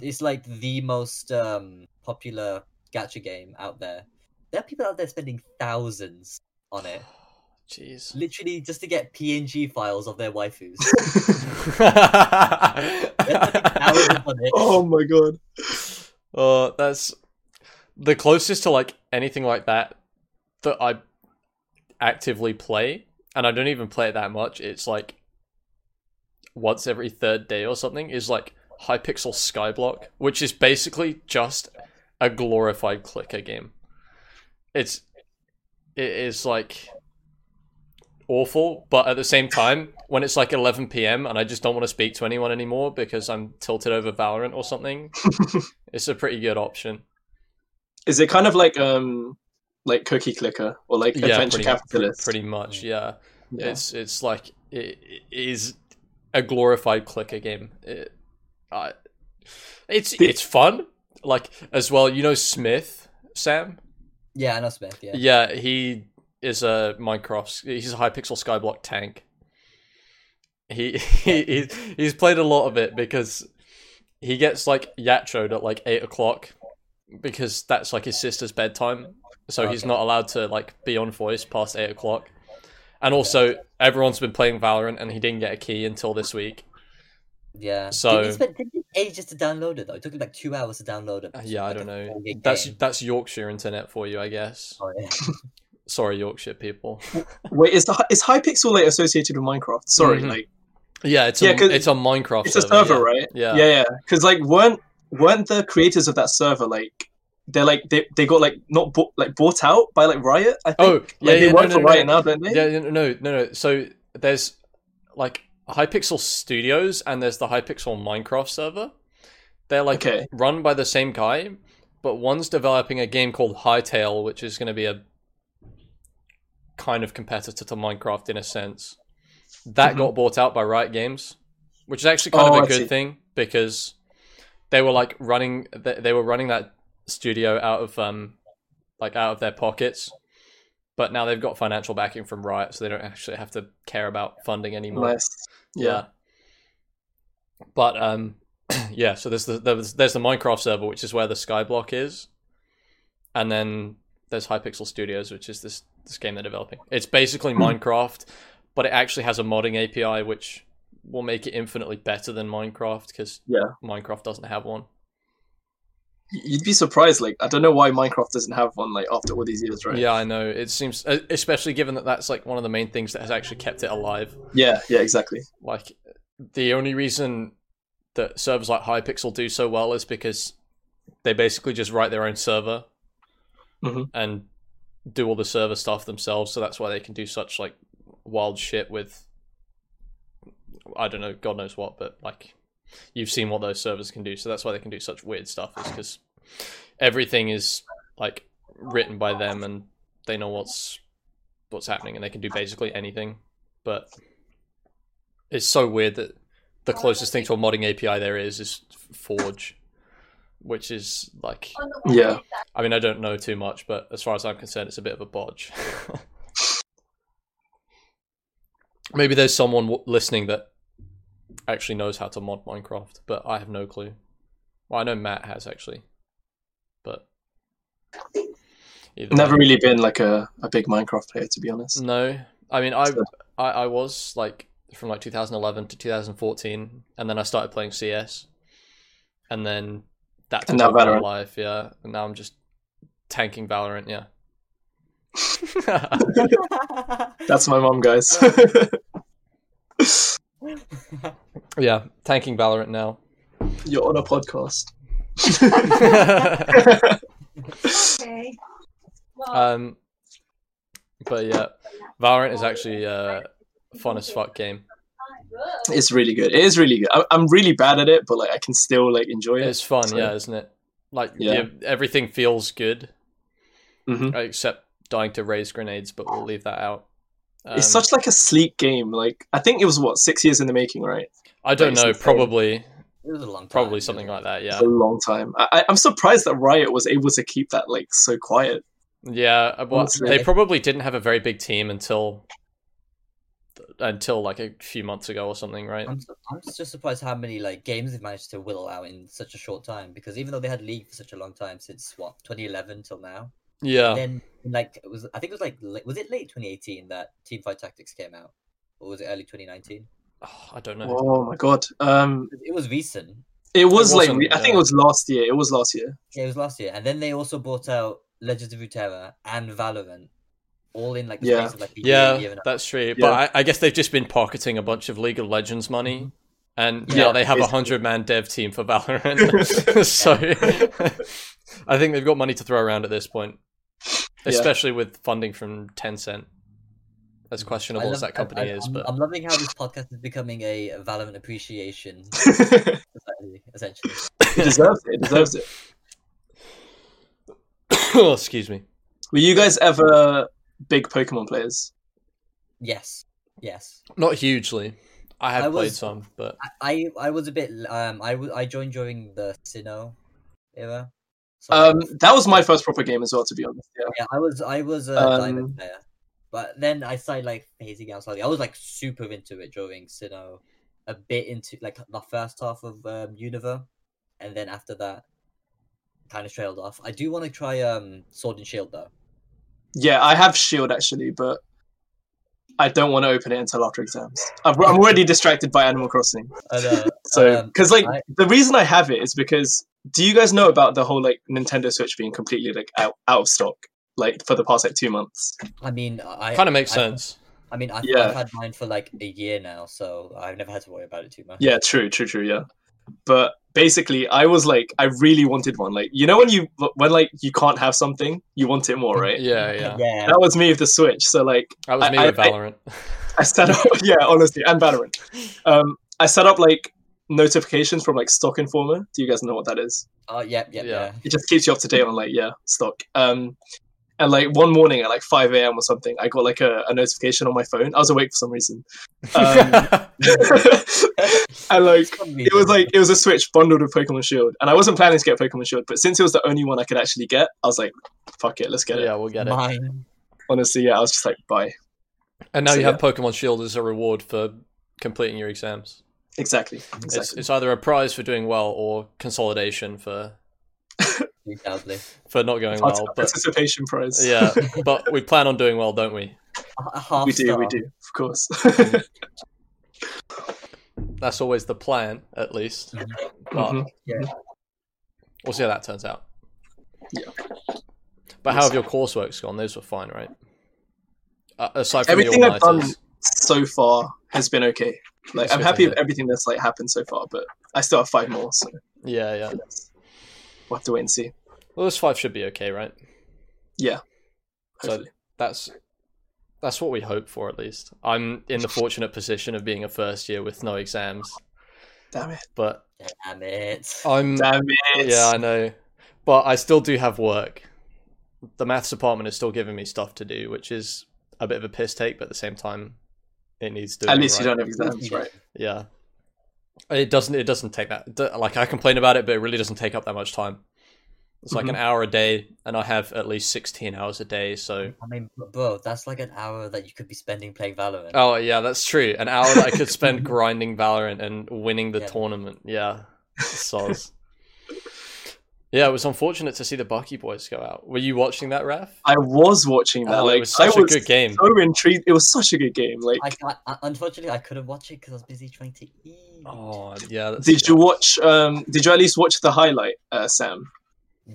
it's like the most um popular gacha game out there. There are people out there spending thousands on it,
Jeez.
literally just to get PNG files of their waifus. They're spending thousands
oh,
on it.
oh my god,
Uh, that's the closest to like anything like that that I actively play, and I don't even play it that much. It's like once every third day or something. Is like Hypixel Skyblock, which is basically just a glorified clicker game. it's it is like awful, but at the same time, when it's like 11 p.m. and I just don't want to speak to anyone anymore because I'm tilted over Valorant or something, it's a pretty good option.
Is it kind of like um like cookie clicker or like adventure
pretty,
capitalist?
pretty much. Yeah.
Yeah.
It's it's like it, it is a glorified clicker game. It, I it's
The-
it's fun. Like as well, you know Smith Sam.
Yeah, I know Smith. Yeah.
Yeah, he is a Minecraft. He's a Hypixel Skyblock tank. He he he's, he's played a lot of it because he gets like yatroed at like eight o'clock because that's like his sister's bedtime, so he's
Okay.
not allowed to like be on voice past eight o'clock. And also, everyone's been playing Valorant, and he didn't get a key until this week.
Yeah.
So-
did it spend did it take ages to download it though? It took him like two hours to download it.
Uh, Yeah, I
Like a
don't know.
four-gig
That's
game.
that's Yorkshire internet for you, I guess.
Oh, yeah.
Sorry, Yorkshire people.
Wait, is the Hy- is Hypixel like associated with Minecraft? Sorry,
Mhm.
like
Yeah, it's
Yeah,
a,
'cause
it's a Minecraft.
it's a server,
yeah.
right?
Yeah.
yeah yeah because like weren't weren't the creators of that server like they're like they, they got like not bought like bought out by like riot i think
Oh, yeah,
like, they
yeah, no,
work
no,
for
no,
riot
no.
now don't they
Yeah, yeah, no, no, no, no. So there's like Hypixel Studios and there's the Hypixel Minecraft server. They're like
Okay.
run by the same guy, but one's developing a game called Hightail, which is going to be a kind of competitor to Minecraft in a sense. That
Mhm.
got bought out by Riot Games, which is actually kind
Oh,
of a
I
good
see.
thing because they were like running they, they were running that studio out of um like out of their pockets but now they've got financial backing from riot so they don't actually have to care about funding anymore
nice yeah,
but um yeah so there's the there's, there's the minecraft server which is where the skyblock is and then there's hypixel studios which is this this game they're developing it's basically
Hmm.
minecraft but it actually has a modding api which will make it infinitely better than minecraft because
Yeah.
minecraft doesn't have one
you'd be surprised like i don't know why minecraft doesn't have one like after all these years right
Yeah, I know. It seems, uh, especially given that that's like one of the main things that has actually kept it alive.
yeah yeah exactly
Like, the only reason that servers like Hypixel do so well is because they basically just write their own server
Mhm.
and do all the server stuff themselves. So that's why they can do such like wild shit with, I don't know, God knows what, but like, you've seen what those servers can do. So that's why they can do such weird stuff, is because everything is like written by them and they know what's what's happening and they can do basically anything but it's so weird that the closest thing to a modding api there is is forge which is like
yeah
i mean i don't know too much but as far as i'm concerned it's a bit of a bodge maybe there's someone w- listening that actually knows how to mod minecraft but i have no clue well i know matt has actually but either way.
never really been like a, a big minecraft player to be honest
No, I mean I
So-
I, I was like from like 2011 to 2014, and then I started playing CS, and then that
And now
took over my
Valorant.
life, yeah. And now I'm just tanking Valorant, yeah. Mm.
that's my mom guys
yeah, tanking Valorant now.
you're on a podcast
Okay. Well,
um, but yeah, Valorant is actually a fun as fuck game.
it's really good it is really good I, i'm really bad at it but like i can still like enjoy it
It's fun,
So-
yeah, isn't it? Like
Yeah.
yeah, everything feels good. um,
Mhm.
except dying to raise grenades, but we'll leave that out. Um,
it's such like a sleek game like i think it was what six years in the making right
Um, I don't
like,
know,
insane.
probably
It was a long time.
probably something like that. Yeah,
It's a long time I, I, i'm surprised that riot was able to keep that like so quiet
yeah. uh, Well,
Honestly.
they probably didn't have a very big team until until like a few months ago or something, right?
I'm, su- I'm just surprised how many like games they've managed to whittle out in such a short time. Because even though they had League for such a long time since what 2011 till now,
Yeah,
then like it was I think it was like la- was it late 2018 that Team Fight Tactics came out, or was it early 2019?
Oh, I don't know.
oh my god um
It was recent.
it was like
wasn't,
re- i think it
yeah.
was last year it was last year
Yeah, it was last year, and then they also brought out Legends of Runeterra and Valorant, all in like the
Yeah.
space of like a year, year
yeah,
and a
that's true.
Yeah.
But I, I guess they've just been pocketing a bunch of League of Legends money, and
Yeah,
now they have a
basically.
hundred man dev team for Valorant. so I think they've got money to throw around at this point. especially with funding from Tencent, as questionable as
love-
that company
Mm. I- I-
is.
I'm,
But
I'm loving how this podcast is becoming a Valorant appreciation
it
society, essentially.
deserves it. It deserves it.
oh, excuse me.
Were you guys ever big Pokemon players?
Yes, yes.
Not hugely. I have
I
played
was-
some, but
I, I, I was a bit. Um, I, w- I joined during the Sinnoh era. So,
Um, that was my first proper game as well, to be honest. Yeah.
yeah, I was I was a
um,
diamond player, but then I started like phasing out slightly. I was like super into it during Sinnoh, a bit into like the first half of um, Unova, and then after that, kind of trailed off. I do want to try um Sword and Shield though.
Yeah, I have Shield actually, but I don't want to open it until after exams. I've, I'm already distracted by Animal Crossing.
I know.
So,
um,
because like
I-
the reason I have it is because do you guys know about the whole like Nintendo Switch being completely like out, out of stock like for the past like two months?
I mean, I
kind of makes
I-
sense.
I mean, I've,
Yeah.
I've had mine for like a year now, so I've never had to worry about it too much.
Yeah, true, true, true. Yeah, but basically, I was like, I really wanted one. Like, you know, when you when like you can't have something, you want it more, right?
Yeah, yeah.
yeah.
That was me with the Switch. So like,
That was
I-
me
I-
with
I-
Valorant.
I set up, yeah, honestly, and Valorant. Um, I set up like notifications from like Stock Informer. Do you guys know what that is?
Oh, yep, yep,
Yeah.
yeah.
It just keeps you up to date on like yeah stock. Um, and like one morning at like five a.m. or something, I got like a, a notification on my phone. I was awake for some reason, um, and like it was like it was a Switch bundled with Pokemon Shield, and I wasn't planning to get Pokemon Shield, but since it was the only one I could actually get, I was like, "Fuck it, let's get it."
yeah, we'll get it.
mine.
Honestly, yeah, I was just like, "Bye."
And now
So,
you have Pokemon Shield as a reward for completing your exams.
Exactly. Exactly.
It's, it's either a prize for doing well or consolidation for
Undoubtedly.
for not going
Part-
well. But
participation prize.
yeah, but we plan on doing well, don't we?
A- A half
we do,
star.
we do, of course.
That's always the plan, at least. But
Mhm.
we'll see how that turns out.
Yeah.
But how have your courseworks gone? Those were fine, right? Uh, aside from
Everything
the
I've done
all-nighters.
so far has been okay. Like
That's
I'm
good to
happy with
hear.
everything that's like happened so far, but I still have five more, so
Yeah, yeah.
we'll have to wait and see.
Well, those five should be okay, right?
Yeah.
So-
Hopefully.
That's that's what we hope for, at least. I'm in the fortunate position of being a first year with no exams,
Damn it.
but
Damn it.
I'm
Damn it.
Mm. yeah, I know, but I still do have work. The maths department is still giving me stuff to do, which is a bit of a piss take, but at the same time, it needs doing.
At least you
right?
don't have exams, right?
Yeah, it doesn't. It doesn't take that. d- Like I complain about it, but it really doesn't take up that much time. It's like
Mm-hmm.
an hour a day, and I have at least sixteen hours a day. So,
I mean, bro- bro, that's like an hour that you could be spending playing Valorant.
oh yeah, that's true. An hour that I could spend grinding Valorant and winning the
Yeah.
tournament. Yeah, soz. yeah, it was unfortunate to see the Bucky boys go out. Were you watching that, Raf?
I was watching that.
Oh,
like
it was such
I
a
was
good game.
so intrigued. It was such a good game. Like
I, ca- I, unfortunately, I couldn't watch it because I was busy trying to eat.
Oh yeah. That's
did you watch um did you at least watch the highlight, uh, Sam?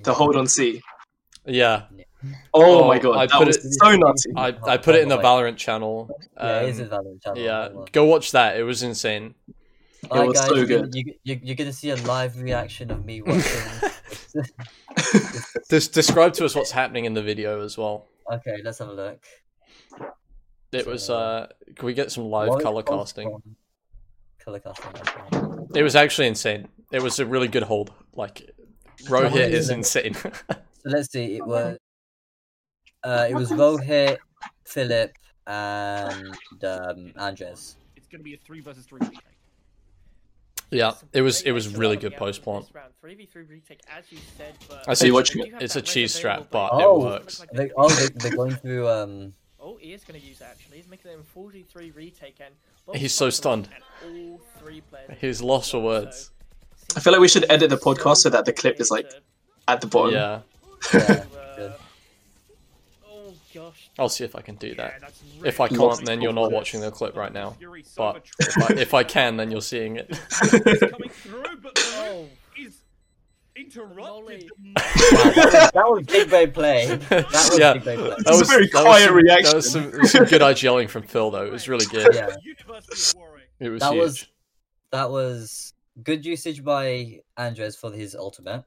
The hold on C.
Yeah,
Oh,
Oh,
my god,
I
that
put
was
it-
so nutty.
I, I put it in the Valorant channel.
Yeah, it is
Um,
in Valorant channel.
yeah,
hold on.
go watch that. It was insane.
Alright,
was so
you're gonna-
good.
You, you, you're gonna see a live reaction of me watching.
Des- describe to us what's happening in the video as well.
okay, let's have a look.
It was.
So-
Uh, can we get some live
Live
color casting?
Color casting. that's right.
It was actually insane. It was a really good hold. Like, Rohit is insane.
So let's see. It was. Uh, it was Rohit, Philip, and um, Andres.
It's going to be a three versus three retake.
yeah, it was. It was really good post plant.
Three v three retake, as you said. But
I
see you watching
You have
It's
that
a cheese
red
strap,
available,
but
but
Oh.
it works.
Like
They, oh, they, they're going through. Um,
Oh, he is going to use it actually. He's making it in forty three retake and.
He's so stunned.
And all three players.
He's lost for words.
So-
I feel like we should edit the podcast so that the clip is, like, At the bottom.
Yeah,
yeah, good.
Uh, Oh gosh.
I'll see if I can do
Yeah,
that.
that's
If I
really
can't,
close.
then you're not watching the clip right now.
Fury, son of
But
a
if I, if I can, then you're seeing it.
is coming through, but the
Oh.
route is interrupted.
that was big brain play. That was
Yeah.
big brain play.
That
It's a very quiet
some, That
reaction.
was some, some good eye gelling from Phil, though. It was really good.
Yeah,
University of Warwick.
It was
that
huge.
was that was good usage by Andres for his ultimate.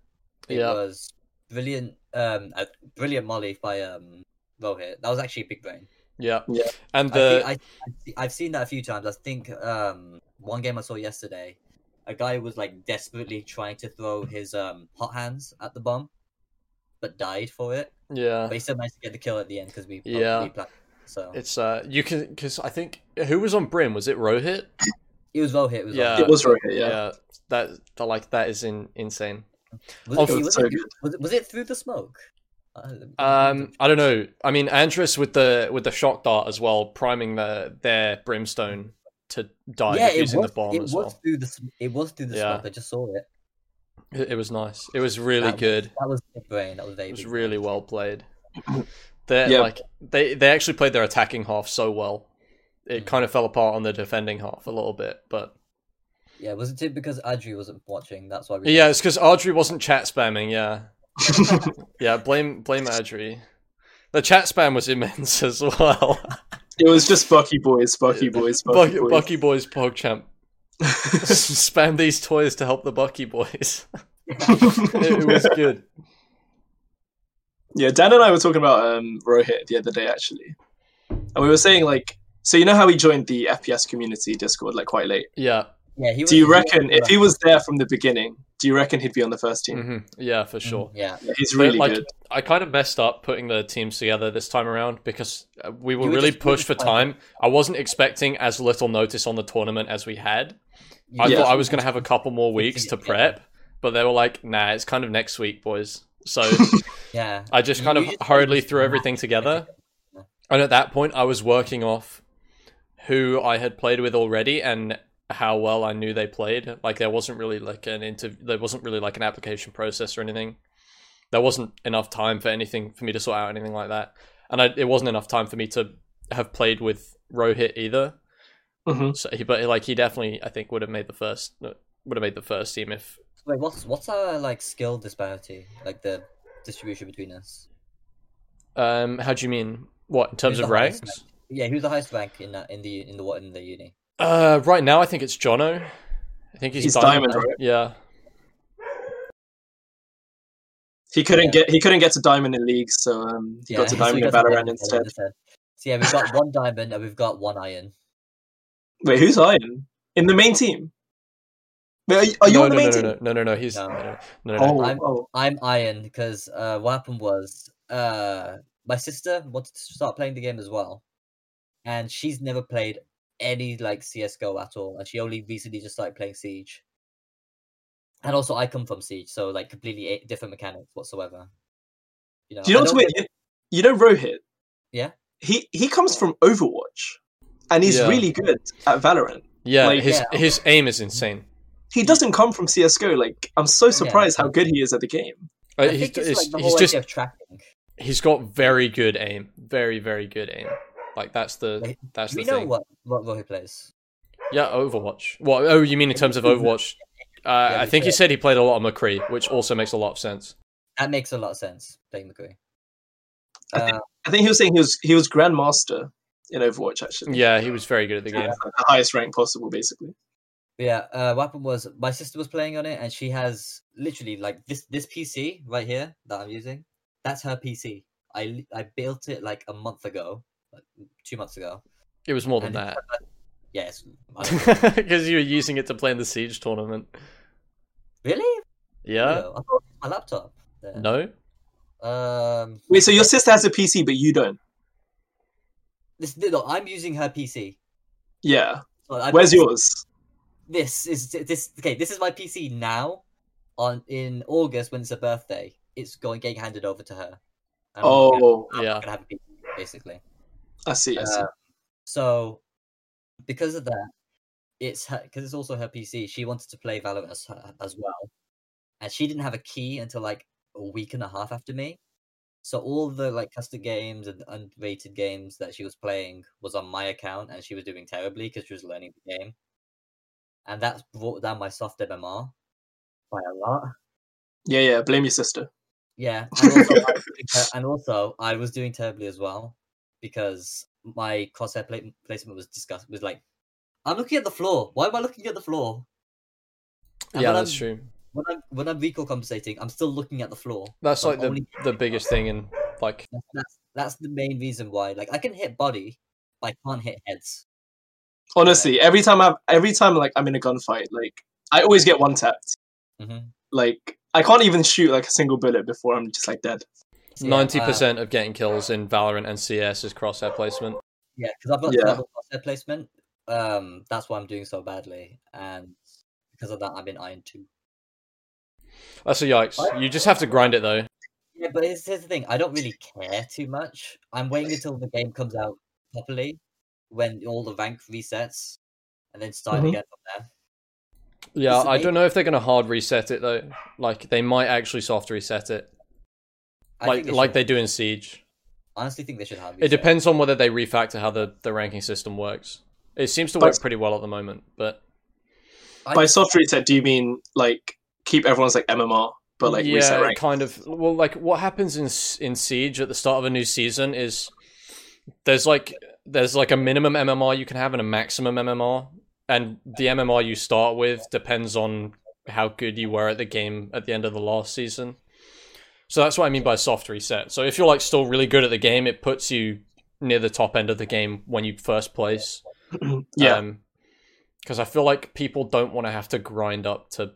It
Yeah.
was brilliant. Um, uh, brilliant Molly by um low hit. That was actually big brain.
Yeah.
Yeah.
And
I think
the
I, I've se- I've seen that a few times. I think um, one game I saw yesterday, a guy was like desperately trying to throw his um, hot hands at the bomb, but died for it.
yeah,
But he still managed to get the kill at the end because we
Yeah.
we pla- so
it's uh you can because I think who was on Brim was it Rohit?
it was low hit. It was
Yeah.
yeah.
it was right. Yeah.
That that like that is in, insane.
Was,
Of-
it, was,
So
it,
good.
was, it, was it through the smoke? Uh, let me-
Um, I don't know. I mean, Andrus with the with the shock dart as well, priming the their brimstone to die
yeah, it
using
was,
the bomb
it
as
was
well.
through the sm- it was through the
Yeah.
smoke. I just saw it.
It, it was nice. It was really
That-
good.
That was big brain. That was very.
It was
big
really well played. They
Yeah.
like they they actually played their attacking half so well. It
Mm.
kind of fell apart on the defending half a little bit, but
brain. Yeah, was it because Adri wasn't watching? That's why.
yeah, it's because Audrey wasn't chat spamming. Yeah, yeah. Blame blame Audrey. The chat spam was immense as well.
it was just Bucky boys, Bucky boys, Bucky,
Bucky,
boys.
Bucky Boys PogChamp. Spam these toys to help the Bucky Boys. it, it was good.
Yeah, Dan and I were talking about um, Rohit the other day actually, and we were saying like, so you know how he joined the FPS community Discord like quite late.
Yeah.
Yeah, he was.
Do
he
you
was
reckon
on
if he was there from the beginning, do you reckon he'd be on the first team?
hmm Yeah, for
the-
sure.
Yeah,
Yeah, he's
But,
really
like,
good.
I kind of messed up putting the teams together this time around because uh, we were,
You were
really
just- you were
pushed for
just playing.
time. I wasn't expecting as little notice on the tournament as we had. I
Yeah.
thought I was going to have a couple more weeks to
Yeah.
prep, but they were like, nah, it's kind of next week, boys. So
Yeah,
I just
You-
kind
you
of
just-
hurriedly threw everything together. And at that point, I was working off who I had played with already and how well I knew they played. Like there wasn't really like an interview, there wasn't really like an application process or anything. There wasn't enough time for anything for me to sort out anything like that, and I, it wasn't enough time for me to have played with Rohit either.
Mhm.
So, he, but like he definitely, I think, would have made the first would have made the first team if
Wait, what's what's our like skill disparity? Like the distribution between us.
Um, how do you mean? What in terms
Who's
of
the highest
ranks?
Yeah, who's the highest rank in that in the in the what in the uni?
Uh, right now I think it's Jono. I think he's,
He's
diamond.
diamond, right?
Yeah,
He couldn't
Yeah.
get he couldn't get to diamond in league, so um, he got to
so
diamond
we
in
got to
Valorant
diamond
instead.
So yeah, we've got one diamond and we've got one iron.
Wait, who's Iron in the main team? Wait, are you, are you
no,
on the
no,
main
no,
team?
no, no, no, no, he's no,
Oh, No.
no, no, no.
Oh,
I'm-
oh,
I'm iron because uh, what happened was uh, my sister wanted to start playing the game as well, and she's never played any like CS:GO at all, and she only recently just started playing Siege. And also, I come from Siege, so like completely a- different mechanics whatsoever. You know,
do you know
I
what's
don't
weird?
think-
You, you know Rohit.
Yeah.
He he comes from Overwatch, and he's
Yeah.
really good at Valorant.
yeah,
Like-
his
Yeah.
his aim is insane.
He doesn't come from CS:GO. Like I'm so surprised how good he is at the game.
Uh,
I
he's
think it's like the
he's
whole
just
idea of tracking.
he's got very good aim, very very good aim. Like that's the
Like,
that's
Do
the
we know
thing.
what what Rohit plays?
Yeah, Overwatch. What? Oh, you mean in terms of Overwatch? Uh,
Yeah,
I
we
think he
said-
said he played a lot of McCree, which also makes a lot of sense.
That makes a lot of sense. Playing McCree.
I think-
Uh,
I think he was saying he was he was Grandmaster in Overwatch actually.
Yeah, he was very good at the
Yeah,
game.
the highest rank possible, basically.
Yeah, uh, what happened was my sister was playing on it, and she has literally like this this PC right here that I'm using. That's her PC. I li- I built it like a month ago, like, two months ago.
It was more than that
And it's- Yes. I don't know.
because you were using it to play in the siege tournament.
really?
Yeah.
No, I thought it was my laptop. there.
No.
Um.
Wait, so your sister has a PC, but you don't?
This no, I'm using her PC.
Yeah.
So I
Where's
built-
yours?
This is this. Okay, this is my PC now. On in August when it's her birthday, it's going getting handed over to her. And I'm gonna-
Oh,
I'm
Yeah.
gonna have a PC basically.
I see. I see.
Uh, so, because of that, it's because it's also her PC. She wanted to play Valorant as, her- as well, and she didn't have a key until like a week and a half after me. So all the like custom games and unrated games that she was playing was on my account, and she was doing terribly because she was learning the game, and that's brought down my soft MMR by a lot.
yeah, yeah. Blame your sister.
Yeah, and also, I was doing ter- and also I was doing terribly as well because my crosshair pla- placement was disgust. Was like, I'm looking at the floor. Why am I looking at the floor? And
Yeah,
when
that's
I'm,
true.
When I'm when I'm recoil compensating, I'm still looking at the floor.
That's
So
like the
only-
the biggest thing in Like
That's that's the main reason why. Like I can hit body, but I can't hit heads.
Honestly, every time I every time like I'm in a gunfight, like I always get one tapped.
Mhm.
Like I can't even shoot like a single bullet before I'm just like dead.
So, yeah,
ninety
uh,
percent of getting kills in Valorant and CS is crosshair placement.
Yeah, because I've got
Yeah.
double crosshair placement. Um, that's why I'm doing so badly, and because of that, I'm in Iron Two.
That's a yikes. You just have to grind it though.
Yeah, but here's, here's the thing. I don't really care too much. I'm waiting until the game comes out properly, when all the rank resets, and then start
Mm-hmm.
Mhm.
again from there.
Yeah,
Listen,
I
they-
don't know if they're gonna hard reset it though. Like they might actually soft reset it,
I
like
think
like
should,
they do in Siege.
honestly think they should have.
It
reset.
depends on whether they refactor how the, the ranking system works. It seems to
But-
work pretty well at the moment, but
I
By
just-
soft reset, do you mean like keep everyone's like MMR, but like
yeah,
reset
it
rank?
kind of. Well, like what happens in S- in Siege at the start of a new season is there's like there's like a minimum MMR you can have and a maximum MMR, and the MMR you start with depends on how good you were at the game at the end of the last season. So that's what I mean by soft reset. So if you're like still really good at the game, it puts you near the top end of the game when you first place.
yeah,
Um, because I feel like people don't want to have to grind up to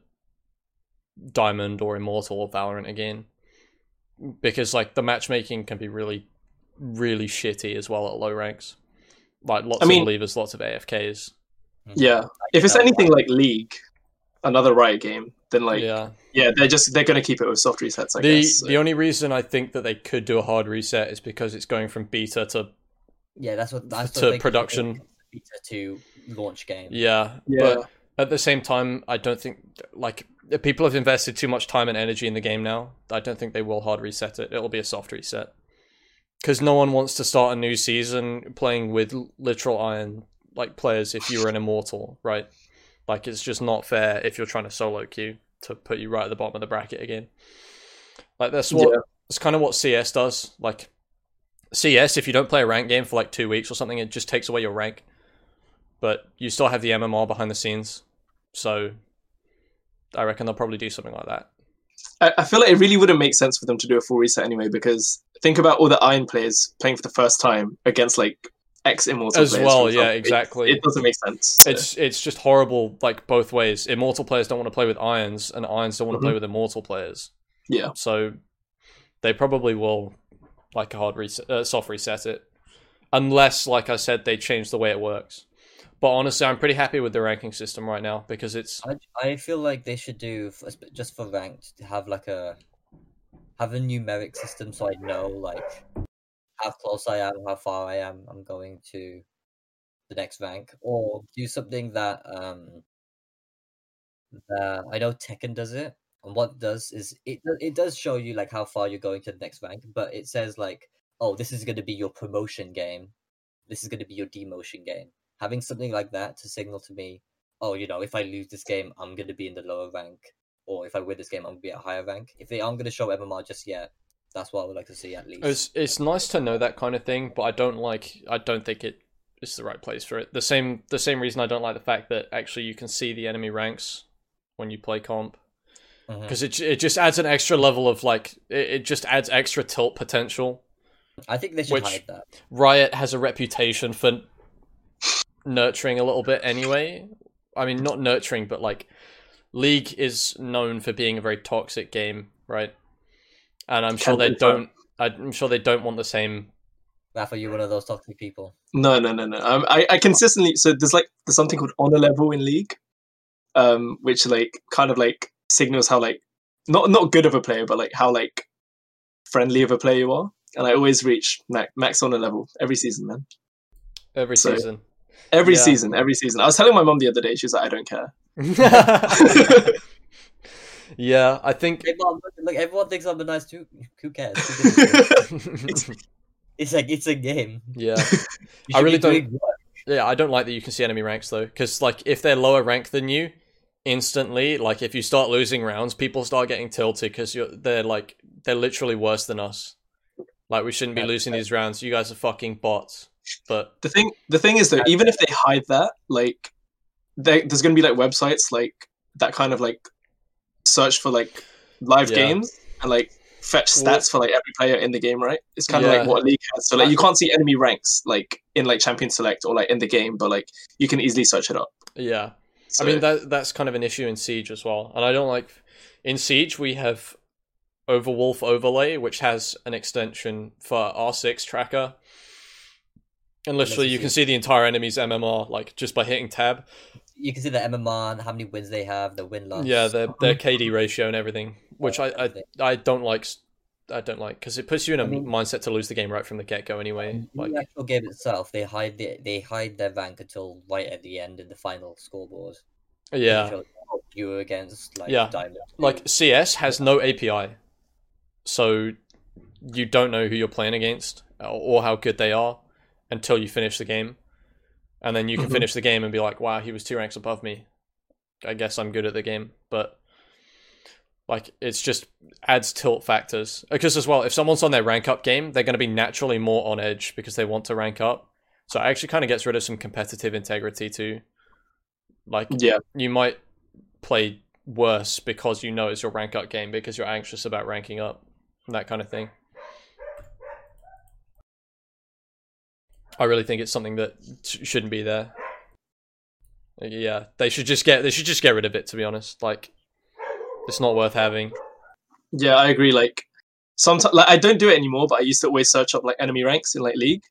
Diamond or Immortal or Valorant again, because like the matchmaking can be really, really shitty as well at low ranks. Like lots
I mean-
of levers, lots of AFKs.
Mhm.
yeah. If it's
No,
anything like League, another Riot game, then like yeah,
yeah,
they're just they're gonna keep it with soft resets. I
the
guess. so.
the only reason I think that they could do a hard reset is because it's going from beta to
yeah, that's what that's
to production.
to launch game.
yeah.
yeah,
But at the same time, I don't think like the people have invested too much time and energy in the game now. I don't think they will hard reset it. It'll be a soft reset because no one wants to start a new season playing with l- literal iron like players if you were an immortal, right? Like it's just not fair if you're trying to solo queue to put you right at the bottom of the bracket again. Like that's what
Yeah.
it's kind of what CS does. Like CS, if you don't play a rank game for like two weeks or something, it just takes away your rank. But you still have the MMR behind the scenes, so I reckon they'll probably do something like that.
I, I feel like it really wouldn't make sense for them to do a full reset anyway because think about all the Iron players playing for the first time against like ex Immortal
As
players,
well,
for
yeah,
example. It-
exactly.
It, doesn't make sense. so-
It's it's just horrible, like both ways. Immortal players don't want to play with irons, and irons don't want to play with immortal players.
Mm-hmm. Yeah.
So they probably will like hard reset, uh, soft reset it, unless, like I said, they change the way it works. But honestly, I'm pretty happy with the ranking system right now because it's
I, I feel like they should do f- sp- just for ranked to have like a have a numeric system so I know like how close I am, how far I am. I'm going to the next rank, or do something that um that I know Tekken does it. And what it does is it do- it does show you like how far you're going to the next rank, but it says like, oh, this is going to be your promotion game, this is going to be your demotion game. Having something like that to signal to me oh, you know, if I lose this game, I'm going to be in the lower rank, or if I win this game, I'm going to be at a higher rank. If they aren't going to show MMR just yet, that's what I would like to see at least.
It's it's nice to know that kind of thing, but I don't like I don't think it is the right place for it. The same the same reason I don't like the fact that actually you can see the enemy ranks when you play comp
Mm-hmm.
Mhm.
because it ju- it just adds an extra level of like it, it just adds extra tilt potential.
I think they should
which-
hide that.
Riot has a reputation for nurturing a little bit anyway. I mean, not nurturing, but like League is known for being a very toxic game, right? And I'm sure
Can
they
be.
don't. I'm sure they don't want the same
Rafa, you're one of those toxic people.
No, no, no, no. Um, I, I consistently so there's like there's something called honor level in league, um, which like kind of like signals how like not not good of a player, but like how like friendly of a player you are. And I always reach max, max honor level every season, man.
every
So-
season.
Every
Yeah.
season, every season. I was telling my mom the other day. She was like, I don't care.
yeah, I think.
Hey, Mom, look, look, everyone thinks I'm a nice dude. Who cares? Who gives a shit? it's like it's a game.
yeah,
You
I
should
really
be
don't-
doing work.
yeah. I don't like that you can see enemy ranks though, because like if they're lower rank than you, instantly, like if you start losing rounds, people start getting tilted because you're they're like they're literally worse than us. Like we shouldn't be
That's
losing these rounds. You guys are fucking bots. But
The thing, the thing is though, even if they hide that, like, they, there's gonna be like websites like that kind of like search for like live
Yeah.
games and like fetch stats
Well-
for like every player in the game, right? It's kind of
Yeah.
like what a league has. So like you can't see enemy ranks like in like champion select or like in the game, but like you can easily search it up.
Yeah.
So,
I mean that that's kind of an issue in Siege as well, and I don't like. In Siege, we have Overwolf Overlay, which has an extension for R6 tracker, and literally
it's
you can
easy.
see the entire enemy's MMR like just by hitting tab.
You can see the MMR and how many wins they have, the win loss.
Yeah, their their KD ratio and everything, which I I,
everything.
I don't like. s- I don't like because it puts you in a
I mean-
mindset to lose the game right from the get go. Anyway, like
in the actual game itself, they hide the, they hide their rank until right at the end in the final scoreboard.
yeah,
Shows what you were against like
Yeah.
Diamond.
like CS has no API, so you don't know who you're playing against or how good they are until you finish the game, and then you can
Mhm.
finish the game and be like, "Wow, he was two ranks above me. I guess I'm good at the game." But like, it's just adds tilt factors because as well, if someone's on their rank up game, they're going to be naturally more on edge because they want to rank up. So it actually kind of gets rid of some competitive integrity too. Like
yeah,
you might play worse because you know it's your rank up game because you're anxious about ranking up and that kind of thing. I really think it's something that sh- shouldn't be there. Yeah, they should just get they should just get rid of it to be honest. Like it's not worth having.
yeah, I agree. Like sometimes like I don't do it anymore, but I used to always search up like enemy ranks in like league,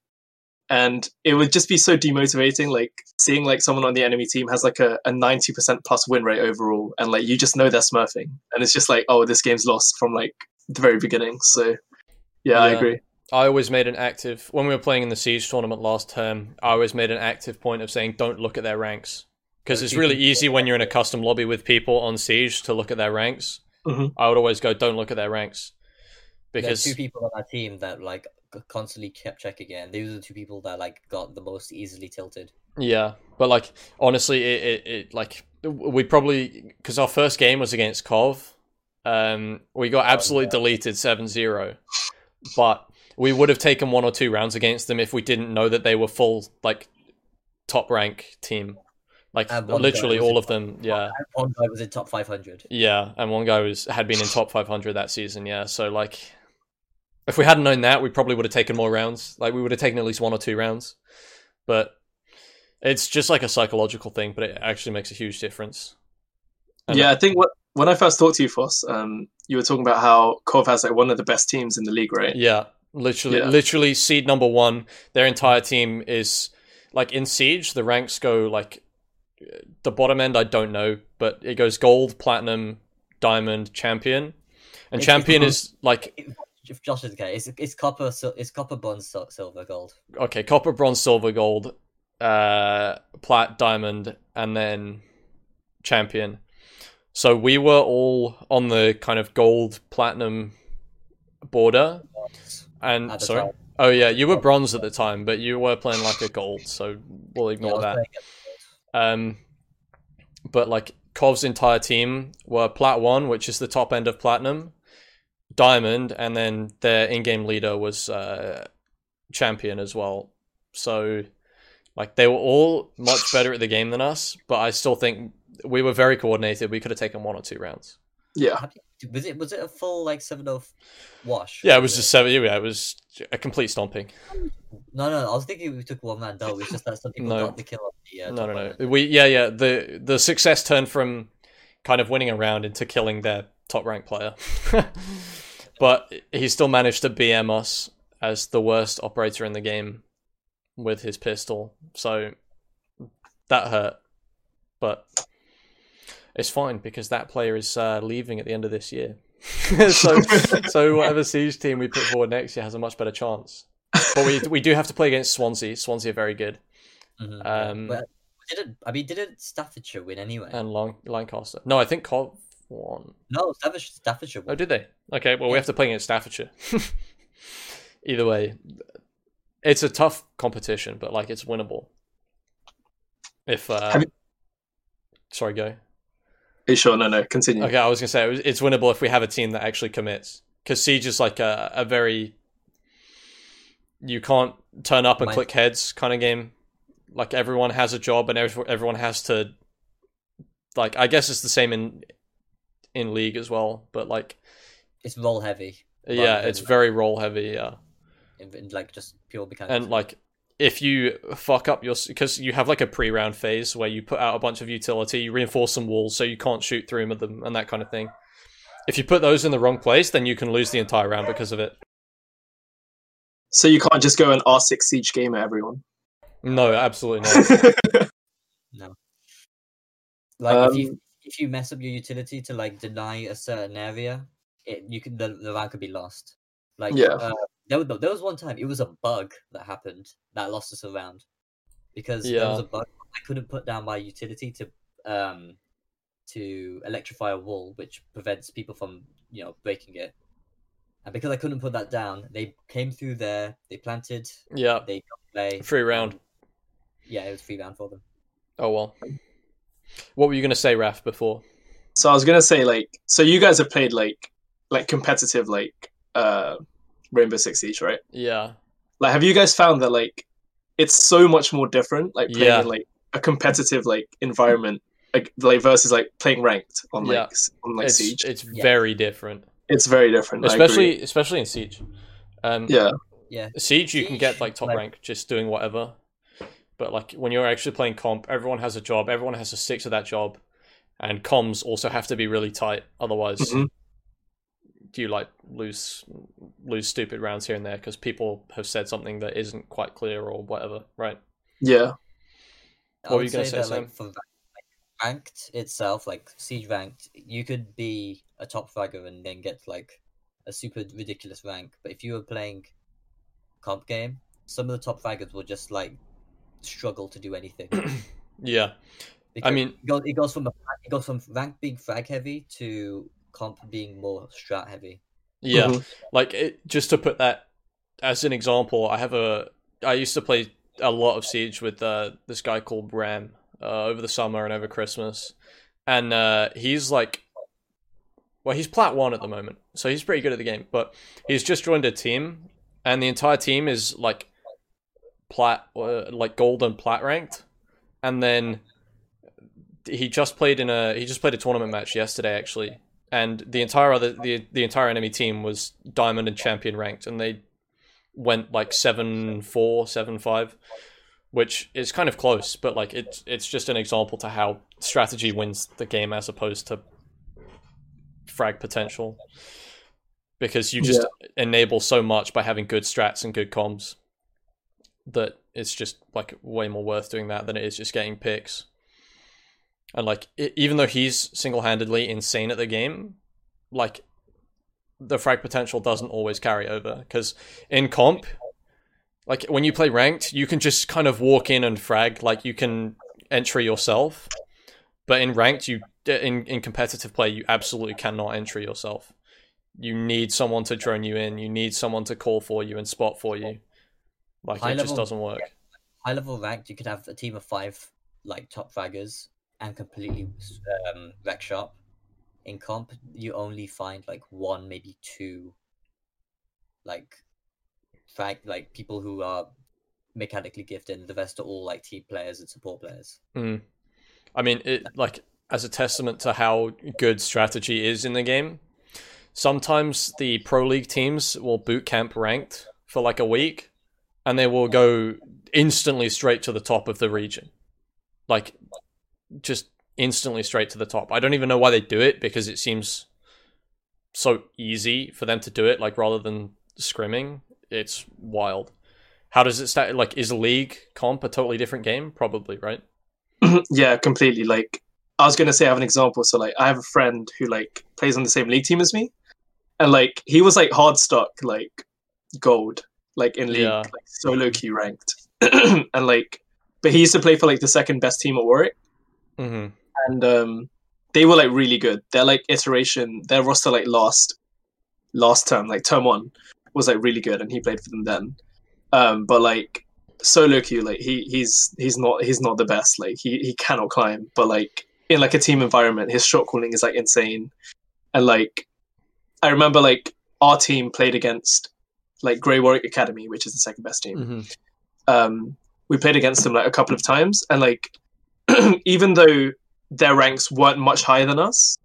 and it would just be so demotivating. Like seeing like someone on the enemy team has like a ninety percent plus win rate overall, and like you just know they're smurfing, and it's just like oh this game's lost from like the very beginning. So yeah. I
Yeah.
agree.
I always made an active when we were playing in the siege tournament last term. I always made an active point of saying don't look at their ranks because it's really easy when you're in a custom lobby with people on siege to look at their ranks.
Mhm.
I would always go don't look at their ranks because
There's two people on our team that like c- constantly kept check again. These are the two people that like got the most easily tilted.
yeah, but like honestly, it it, it like we probably because our first game was against Kov, um, we
Oh,
got absolutely deleted 7-0. but we would have taken one or two rounds against them if we didn't know that they were full like top rank team like
And one guy
literally
was
all
in
of them yeah
And One guy was in top 500.
yeah and one guy was had been in top 500 that season yeah so like if we hadn't known that we probably would have taken more rounds like we would have taken at least one or two rounds but it's just like a psychological thing but it actually makes a huge difference And-
yeah, I think what when I first talked to you, Foss, um, you were talking about how Kov has like one of the best teams in the league, right?
Yeah, literally,
Yeah.
literally seed number one. Their entire team is like in siege. The ranks go like the bottom end. I don't know, but it goes gold, platinum, diamond, champion, and
It's-
champion
it's-
is like
If Josh is okay, it's it's copper, sil- it's copper, bronze, sil- silver, gold.
okay, copper, bronze, silver, gold, uh, plat, diamond, and then champion. So we were all on the kind of gold, platinum border, and
At the
sorry.
time.
Oh yeah, you were bronze at the time, but you were playing like a gold, so we'll
Yeah, I
ignore
was
that.
playing it.
Um, but like Kov's entire team were plat one, which is the top end of platinum, diamond, and then their in-game leader was uh, champion as well. So like they were all much better at the game than us, but I still think we were very coordinated. We could have taken one or two rounds.
Yeah,
How do you- Was it was it a full like seven of wash?
Yeah, it was just seven. Yeah, it was a complete stomping.
No, no, I was thinking we took one man down. It's just that some people
No.
got the kill on the. Uh,
no,
top
no,
man.
no. We yeah, yeah. The the success turned from kind of winning a round into killing their top ranked player, but he still managed to BM us as the worst operator in the game with his pistol. So that hurt, but it's fine because that player is uh, leaving at the end of this year. so so whatever siege team we put forward next year has a much better chance. But we we do have to play against Swansea. Swansea are very good.
Mhm, yeah.
Um, uh,
But didn't I mean didn't Staffordshire win anyway?
and Lan- Lancaster. No, I think Cov won.
no, Staffordshire, Staffordshire
Oh,
won.
did they? Okay, well, we
Yeah.
have to play against Staffordshire. Either way, it's a tough competition, but like it's winnable. If uh,
Have you-
sorry, go.
Are you sure? No, no, continue.
Okay, I was gonna say it was- it's winnable if we have a team that actually commits. Because Siege is like a, a very you can't turn up and
Mind-
click heads kind of game. Like everyone has a job and every, everyone has to. Like I guess it's the same in in league as well, but like
it's roll heavy
yeah,
than
it's
like-
very roll heavy. Yeah,
in, in, like just pure mechanics.
and like if you fuck up your because you have like a pre-round phase where you put out a bunch of utility, you reinforce some walls so you can't shoot through 'em with them and that kind of thing. If you put those in the wrong place, then you can lose the entire round because of it.
So you can't just go and R6 siege game at everyone.
No, absolutely not.
like
Um,
if you if you mess up your utility to like deny a certain area, it you can the, the round could be lost. Like
Yeah.
uh, there, was, there was one time it was a bug that happened that lost us a round because there was
Yeah.
a bug I couldn't put down my utility to um to electrify a wall, which prevents people from you know breaking it. And because I couldn't put that down, they came through there. They planted.
yeah,
They got play.
free round.
Yeah, it was free round for them.
Oh well. What were you gonna say, Raf? Before?
So I was gonna say like, so you guys have played like, like competitive like, uh, Rainbow Six Siege, right?
Yeah,
Like, have you guys found that like, it's so much more different, like playing
Yeah.
in like a competitive like environment, like, like versus like playing ranked on like
Yeah.
s- on like
it's
Siege.
it's
Yeah.
very different,
It's very different, I agree.
especially especially in Siege. Um,
yeah,
Yeah,
Siege, you can get
Siege,
like top
like-
rank just doing whatever. But like when you're actually playing comp, everyone has a job, everyone has to stick to that job, and comms also have to be really tight. Otherwise,
Mhm.
you like lose lose stupid rounds here and there because people have said something that isn't quite clear or whatever, right?
yeah,
I
What were
would
you gonna say,
that,
Sam?
like, for ra- like, ranked itself, like siege ranked, you could be a top fragger and then get like a super ridiculous rank. But if you were playing comp game, some of the top fraggers will just like struggle to do anything.
Yeah, I
because
mean,
it goes, it goes from it goes from rank being frag heavy to comp being more strat heavy.
yeah.
Mhm.
like it, just to put that as an example i have a i used to play a lot of siege with uh, this guy called ram uh, over the summer and over christmas and uh, he's like well he's plat one at the moment so he's pretty good at the game but he's just joined a team and the entire team is like plat uh, like gold and plat ranked and then he just played in a he just played a tournament match yesterday actually and the entire other the the entire enemy team was diamond and champion ranked, and they went like seven four, seven five, which is kind of close, but like it's it's just an example to how strategy wins the game as opposed to frag potential, because you just enable so much by having good strats and good comms that it's just like way more worth doing that than it is just getting picks. And like, e- even though he's single-handedly insane at the game, like the frag potential doesn't always carry over because in comp, like when you play ranked, you can just kind of walk in and frag. Like you can entry yourself, but in ranked, you uh, in in competitive play, you absolutely cannot entry yourself. You need someone to drone you in. You need someone to call for you and spot for you. Like
High
it just
level-
doesn't work.
high level ranked, you could have a team of five like top fraggers and completely um, wreck shop. In comp, you only find like one, maybe two, like frag like people who are mechanically gifted. and The rest are all like team players and support players.
I mean, it like as a testament to how good strategy is in the game. Sometimes the pro league teams will boot camp ranked for like a week, and they will go instantly straight to the top of the region, like just instantly straight to the top. I don't even know why they do it because it seems so easy for them to do it. Like rather than scrimming, it's wild. How does it start? Like, is league comp a totally different game? Probably, right?
yeah, completely. Like, I was gonna say, I have an example. So like, I have a friend who like plays on the same league team as me, and like he was like hard stuck like gold, like in league,
Yeah.
like so low key ranked, and like, but he used to play for like the second best team at Warwick,
Mm-hmm.
and um, they were like really good. Their like iteration, their roster like last, last term, like term one, was like really good, and he played for them then. Um, but like solo queue, like he he's he's not he's not the best. Like he he cannot climb, but like in like a team environment, his shot calling is like insane, and like I remember like our team played against like Grey Warwick Academy, which is the second best team
Mm-hmm.
um, we played against them like a couple of times, and like even though their ranks weren't much higher than us,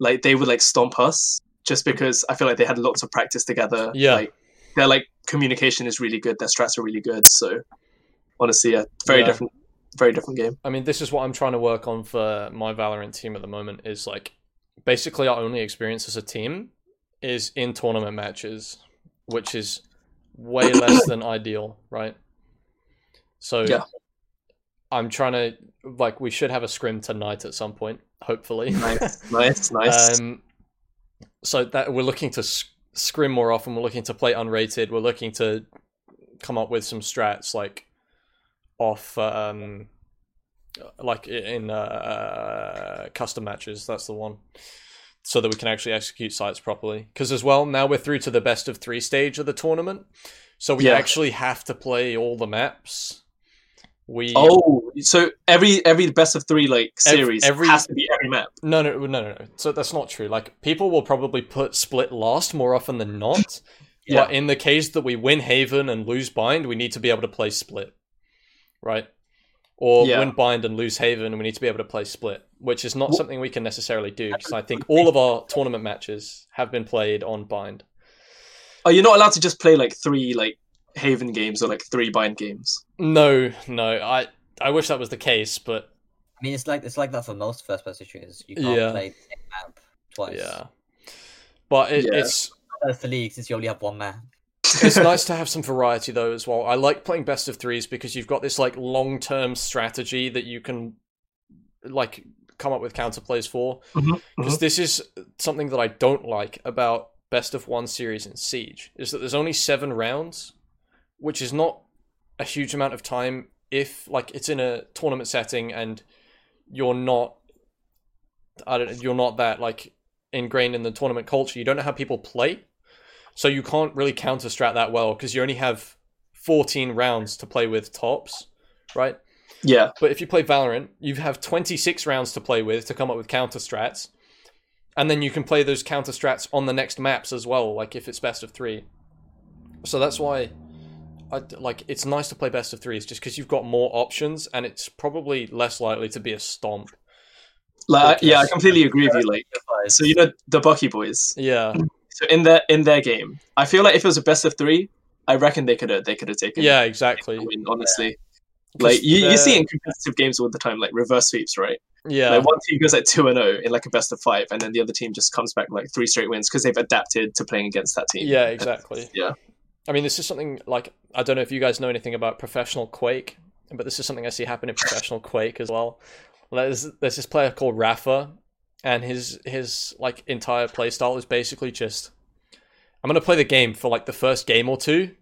like they would like stomp us just because I feel like they had lots of practice together.
Yeah.
Like, their like communication is really good. Their strats are really good. So honestly, yeah, very
Yeah.
different, very different game.
I mean, this is what I'm trying to work on for my Valorant team at the moment is like basically our only experience as a team is in tournament matches, which is way less than ideal, right? So
Yeah.
I'm trying to like we should have a scrim tonight at some point, hopefully.
Nice, nice, nice.
Um, so that we're looking to s- scrim more often. We're looking to play unrated. We're looking to come up with some strats like off, um, like i- in uh, custom matches. That's the one, so that we can actually execute sites properly. Because as well, now we're through to the best of three stage of the tournament, so we
Yeah.
actually have to play all the maps. We
oh, so every every best of three like
Ev-
series
every-
has to be every map.
No, no, no, no, no. So that's not true. Like people will probably put split last more often than not.
Yeah.
But in the case that we win Haven and lose Bind, we need to be able to play split, right? Or
Yeah.
win Bind and lose Haven, we need to be able to play split, which is not
Wh-
something we can necessarily do because I think all of our tournament matches have been played on Bind.
Oh, you're not allowed to just play like three like Haven games or like three Bind games.
No, no, I I wish that was the case, but
I mean, it's like it's like that for most first-person shooters. You can't
Yeah.
play the same map twice.
yeah. But it,
Yeah.
it's
First the league, since you only have one map.
it's nice to have some variety though as well. I like playing best of threes because you've got this like long term strategy that you can like come up with counterplays for.
Mhm,
Because this is something that I don't like about best of one series in Siege is that there's only seven rounds, which is not a huge amount of time if like it's in a tournament setting and you're not I don't you're not that like ingrained in the tournament culture. You don't know how people play. So you can't really counter strat that well because you only have 14 rounds to play with tops, right?
Yeah,
But if you play Valorant, you have 26 rounds to play with to come up with counter strats. And then you can play those counter strats on the next maps as well, like if it's best of three. So that's why, I, like, it's nice to play best of threes just because you've got more options and it's probably less likely to be a stomp.
like yeah, I
Yes.
completely agree with you. Like, so you know the Bucky boys.
Yeah,
So in their in their game, I feel like if it was a best of three, I reckon they could have they could have taken.
yeah,
the
exactly.
win, honestly,
'Cause
like you, you
they're-
see in competitive games all the time, like reverse sweeps, right?
yeah,
Like one team goes like two and zero in like a best of five, and then the other team just comes back like three straight wins because they've adapted to playing against that team.
yeah, exactly.
Yeah.
I mean, this is something like I don't know if you guys know anything about professional Quake, but this is something I see happen in professional Quake as well. There's there's this player called Rafa, and his his like entire playstyle is basically just I'm gonna play the game for like the first game or two,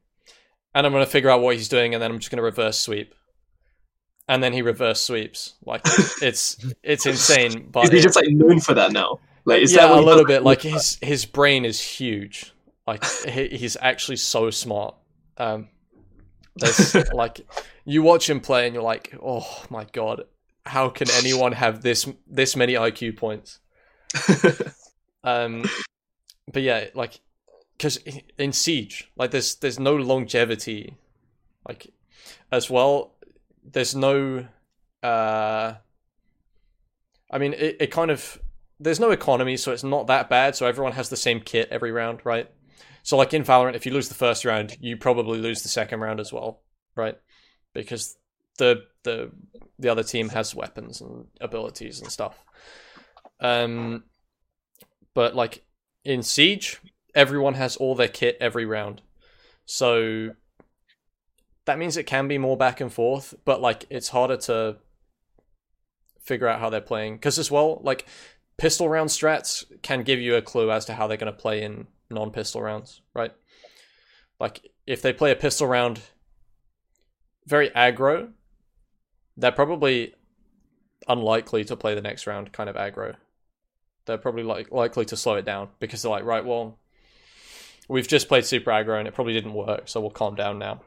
and I'm gonna figure out what he's doing, and then I'm just gonna reverse sweep, and then he reverse sweeps. Like it's it's insane, but
Is he
it-
just like known for that now? Like, is
yeah,
that what
a
he
little
does?
bit. Like his his brain is huge. Like he, he's actually so smart. Um, there's like you watch him play and you're like, oh my god, how can anyone have this this many IQ points? Um, but yeah, like because in Siege, like there's there's no longevity, like as well. There's no, uh, I mean, it, it kind of there's no economy, so it's not that bad. So everyone has the same kit every round, right? So like in Valorant, if you lose the first round, you probably lose the second round as well, right? Because the the the other team has weapons and abilities and stuff. Um, but like in Siege, everyone has all their kit every round, so that means it can be more back and forth. But like it's harder to figure out how they're playing because as well, like pistol round strats can give you a clue as to how they're going to play in non-pistol rounds, right? Like if they play a pistol round very aggro, they're probably unlikely to play the next round kind of aggro. They're probably like likely to slow it down because they're like, right, well, we've just played super aggro and it probably didn't work, so we'll calm down now.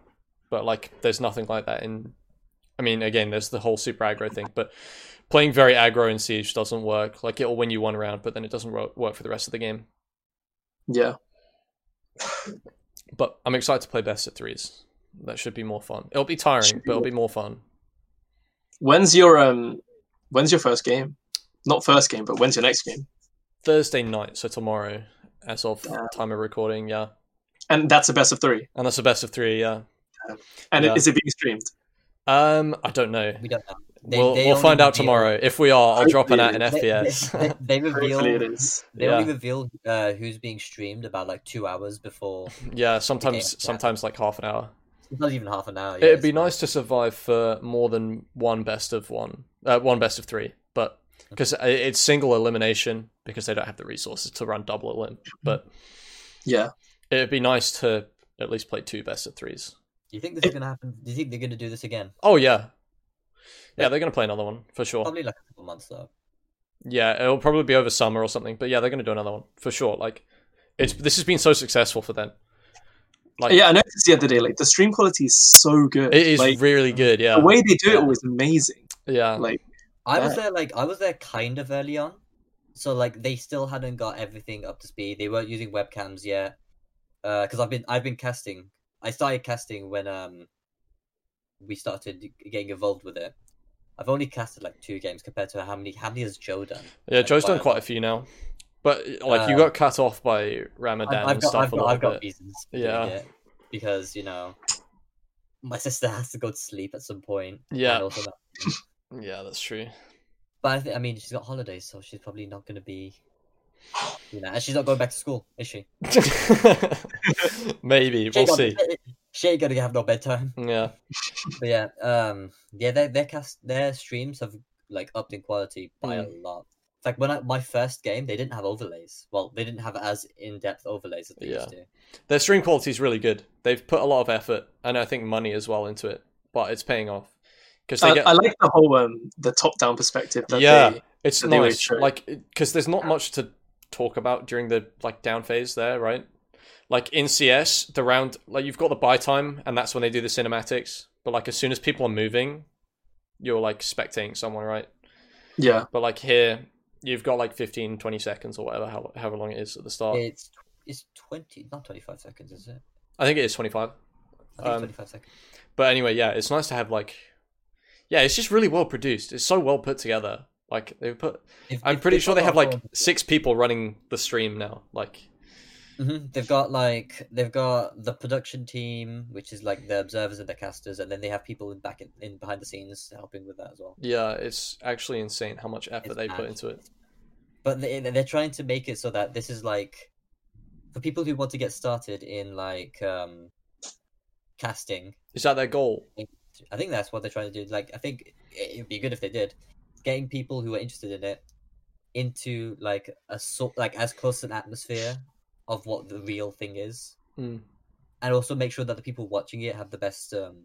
But like, there's nothing like that in. I mean, again, there's the whole super aggro thing, but playing very aggro in Siege doesn't work. Like it'll win you one round, but then it doesn't ro- work for the rest of the game.
Yeah,
But I'm excited to play best of threes. That should be more fun. It'll be tiring,
Should be
but it'll be more fun.
when's your um, when's your first game? Not first game, but when's your next game?
Thursday night, so tomorrow, as of
Damn.
time of recording. Yeah,
And that's a best of three.
and that's the best of three. Yeah.
And
Yeah.
is it being streamed?
Um, I don't know.
We don't know. They-
we'll
they
we'll
only
find out
reveal-
tomorrow. If we are, I'll drop an at in
They- they- They,
FPS.
they reveal.
Hopefully it is.
They
Yeah.
only reveal uh, who's being streamed about like two hours before.
yeah, sometimes
yeah.
sometimes like half an hour.
It's not even half an hour.
It'd be nice to survive for more than one best of one, uh, one best of three, but because it's single elimination because they don't have the resources to run double elim.
Mm-hmm.
But
Yeah.
it'd be nice to at least play two best of threes.
Do you think this is gonna happen? Do you think they're gonna do this again?
Oh yeah, yeah, they're gonna play another one for sure.
Probably like a couple months though.
Yeah, it'll probably be over summer or something. But yeah, they're gonna do another one for sure. Like, it's this has been so successful for them. Like,
yeah, I noticed the other day, like the stream quality is so good.
it is
like,
really good. Yeah,
the way they do
Yeah.
it was amazing.
yeah,
Like
I was
Yeah.
there like I was there kind of early on, so like they still hadn't got everything up to speed. They weren't using webcams yet, because I've been I've been casting. I started casting when um we started getting involved with it. I've only casted like two games compared to how many how many has Joe done?
yeah. Joe's done
quite a
quite a
lot.
few now, but like you
Uh,
got cut off by Ramadan
I've, I've
and
got
stuff
I've
a
got,
little
I've got
bit.
reasons. for
Yeah.
doing it, because you know my sister has to go to sleep at some point. and
Yeah.
also that-
Yeah, that's true.
but I, think I mean she's got holidays, so she's probably not going to be. You know, and she's not going back to school, is she?
Maybe
She
we'll
ain't got-
see.
She ain't gonna have no bedtime.
Yeah,
But yeah, um, yeah, their their cast their streams have like upped in quality by
Hmm.
a lot. In fact, when I, my first game, they didn't have overlays. Well, they didn't have as in depth overlays as they used to.
their stream quality is really good. They've put a lot of effort and I think money as well into it, but it's paying off because they
Uh,
I,
get.
I like the whole um the top down perspective that
yeah,
they
it's
that they always
nice.
show.
Like because there's not much to talk about during the like down phase there, right? Like in CS, the round like you've got the buy time, and that's when they do the cinematics. But like as soon as people are moving, you're like spectating someone, right?
Yeah.
But like here, you've got like 15, 20 seconds or whatever, how, however long it is at the start.
It's it's twenty, not twenty five seconds, is it?
I think it is twenty five.
I think
Um,
twenty five seconds.
But anyway, yeah, it's nice to have like, yeah, it's just really well produced. It's so well put together. Like they put,
If-
I'm
if
pretty
they've
sure
got
they have
our
like
own-
six people running the stream now. Like
Mhm, They've got like they've got the production team, which is like the observers and the casters, and then they have people in back in, in behind the scenes helping with that as well.
Yeah, it's actually insane how much effort
It's
they put
mad.
into it.
but they, they- they're trying to make it so that this is like for people who want to get started in like um casting
Is that their goal?
i think that's what they're trying to do like i think it would be good if they did getting people who are interested in it into like a sort like as close an atmosphere of what the real thing is
Mm.
and also make sure that the people watching it have the best um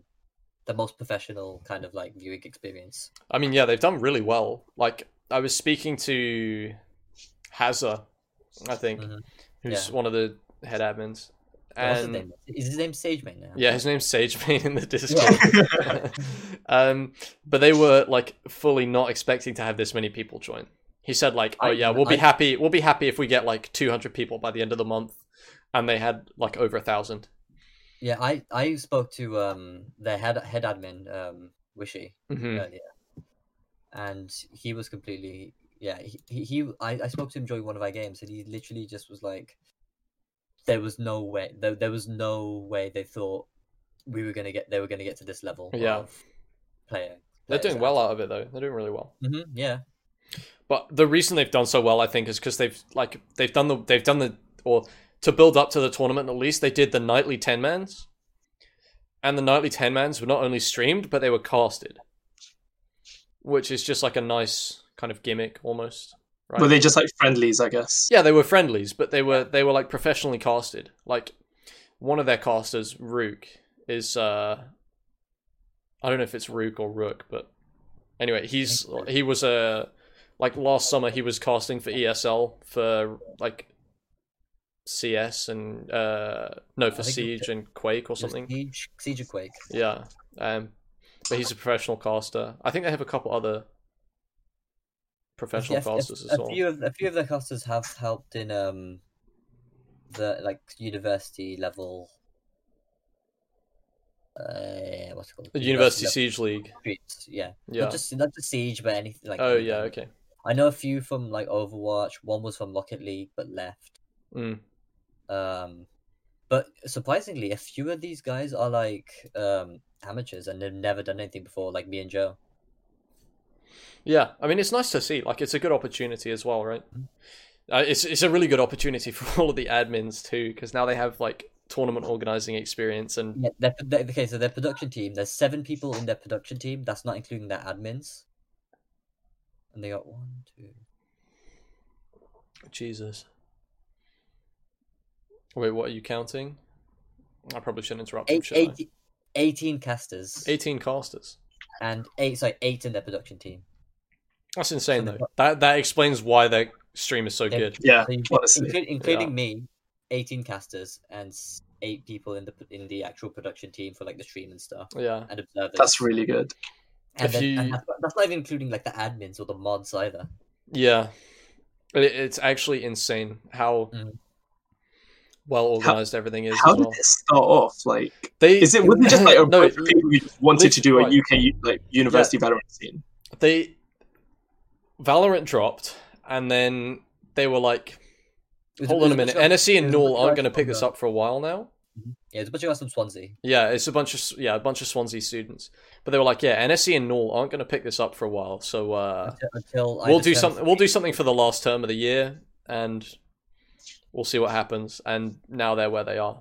the most professional kind of like viewing experience
I mean, yeah, they've done really well. Like I was speaking to Hazza, I think,
Mhm.
who's
Yeah.
one of the head admins,
What's his
and
name? is his name sage man now
yeah, his name's Sage Main in the Discord. um, but they were like fully not expecting to have this many people join. He said like, "Oh
I-
yeah, we'll be
I-
happy. We'll be happy if we get like 200 people by the end of the month," and they had like over a thousand.
Yeah, I I spoke to um the head head admin um Wishy
Mm-hmm.
earlier, and he was completely yeah he, he, he I, I spoke to him during one of our games and he literally just was like there was no way there, there was no way they thought we were gonna get they were gonna get to this level
Yeah.
of player
They're
players
doing well
out
out of it though. They're doing really well.
hmm yeah
But the reason they've done so well, I think, is because they've like they've done the they've done the or to build up to the tournament at least they did the nightly ten mans, and the nightly ten mans were not only streamed but they were casted, which is just like a nice kind of gimmick almost. Right?
Were they just like friendlies, I guess?
Yeah, they were friendlies, but they were they were like professionally casted. Like one of their casters, Rook, is uh I don't know if it's Rook or Rook, but anyway, he's he was a like last summer he was casting for ESL for like CS and uh no for
I think it was-
Siege and Quake or
It was
something.
Siege, Siege of Quake
Yeah. Um, but he's a professional caster. I think they have a couple other professional
Yeah, a-
casters
a,
as well.
few of a few of the casters have helped in um the like university level uh what's it called
The University
level
Siege League.
streets, yeah.
Yeah.
not just not just siege but anything like um,
oh
any
yeah,
kind of-
okay.
i know a few from like overwatch one was from rocket league but left
Mm.
Um, but surprisingly, a few of these guys are like um, amateurs and they've never done anything before, like me and Joe.
Yeah, I mean it's nice to see. Like it's a good opportunity as well, right? Uh, it's it's a really good opportunity for all of the admins too, because now they have like tournament organizing experience and
Yeah, their, their, okay, so their production team, there's seven people in their production team. That's not including their admins. And they got one, two.
Jesus. Wait, what are you counting? I probably shouldn't interrupt. them,
Eight,
should I?
eight, 18 casters.
Eighteen casters.
And eight, sorry, eight in their production team.
That's insane
So they've
though.
got-
That that explains why their stream is so
They've-
good.
Yeah,
So you've got,
honestly.
inclu- including
Yeah.
me, 18 casters and s- eight people in the in the actual production team for like the stream and stuff
Yeah.
and observers.
That's really good.
and
if
then, and
you-
that's, that's not even including like the admins or the mods either.
Yeah. It, it's actually insane how
Mhm.
well organized everything is
How
as
did
well.
it start off? Like,
They
is it was it just like a
No,
bunch of
it-
people who just wanted to do a
right.
UK like university veteran scene?
they Valorant dropped and then they were like,
It was-
hold
it
on
was
a minute,
bunch of-
NSC
it
and
was a bunch
Null
of
aren't
guys
going to pick
from,
this
uh,
up for a while now.
Yeah, it's a bunch of guys from Swansea.
Yeah, it's a bunch of yeah, a bunch of Swansea students. But they were like, yeah, NSC and Null aren't going to pick this up for a while, so uh,
Until, until I
we'll do
determined-
something. We'll do something for the last term of the year, and we'll see what happens. And now they're where they are.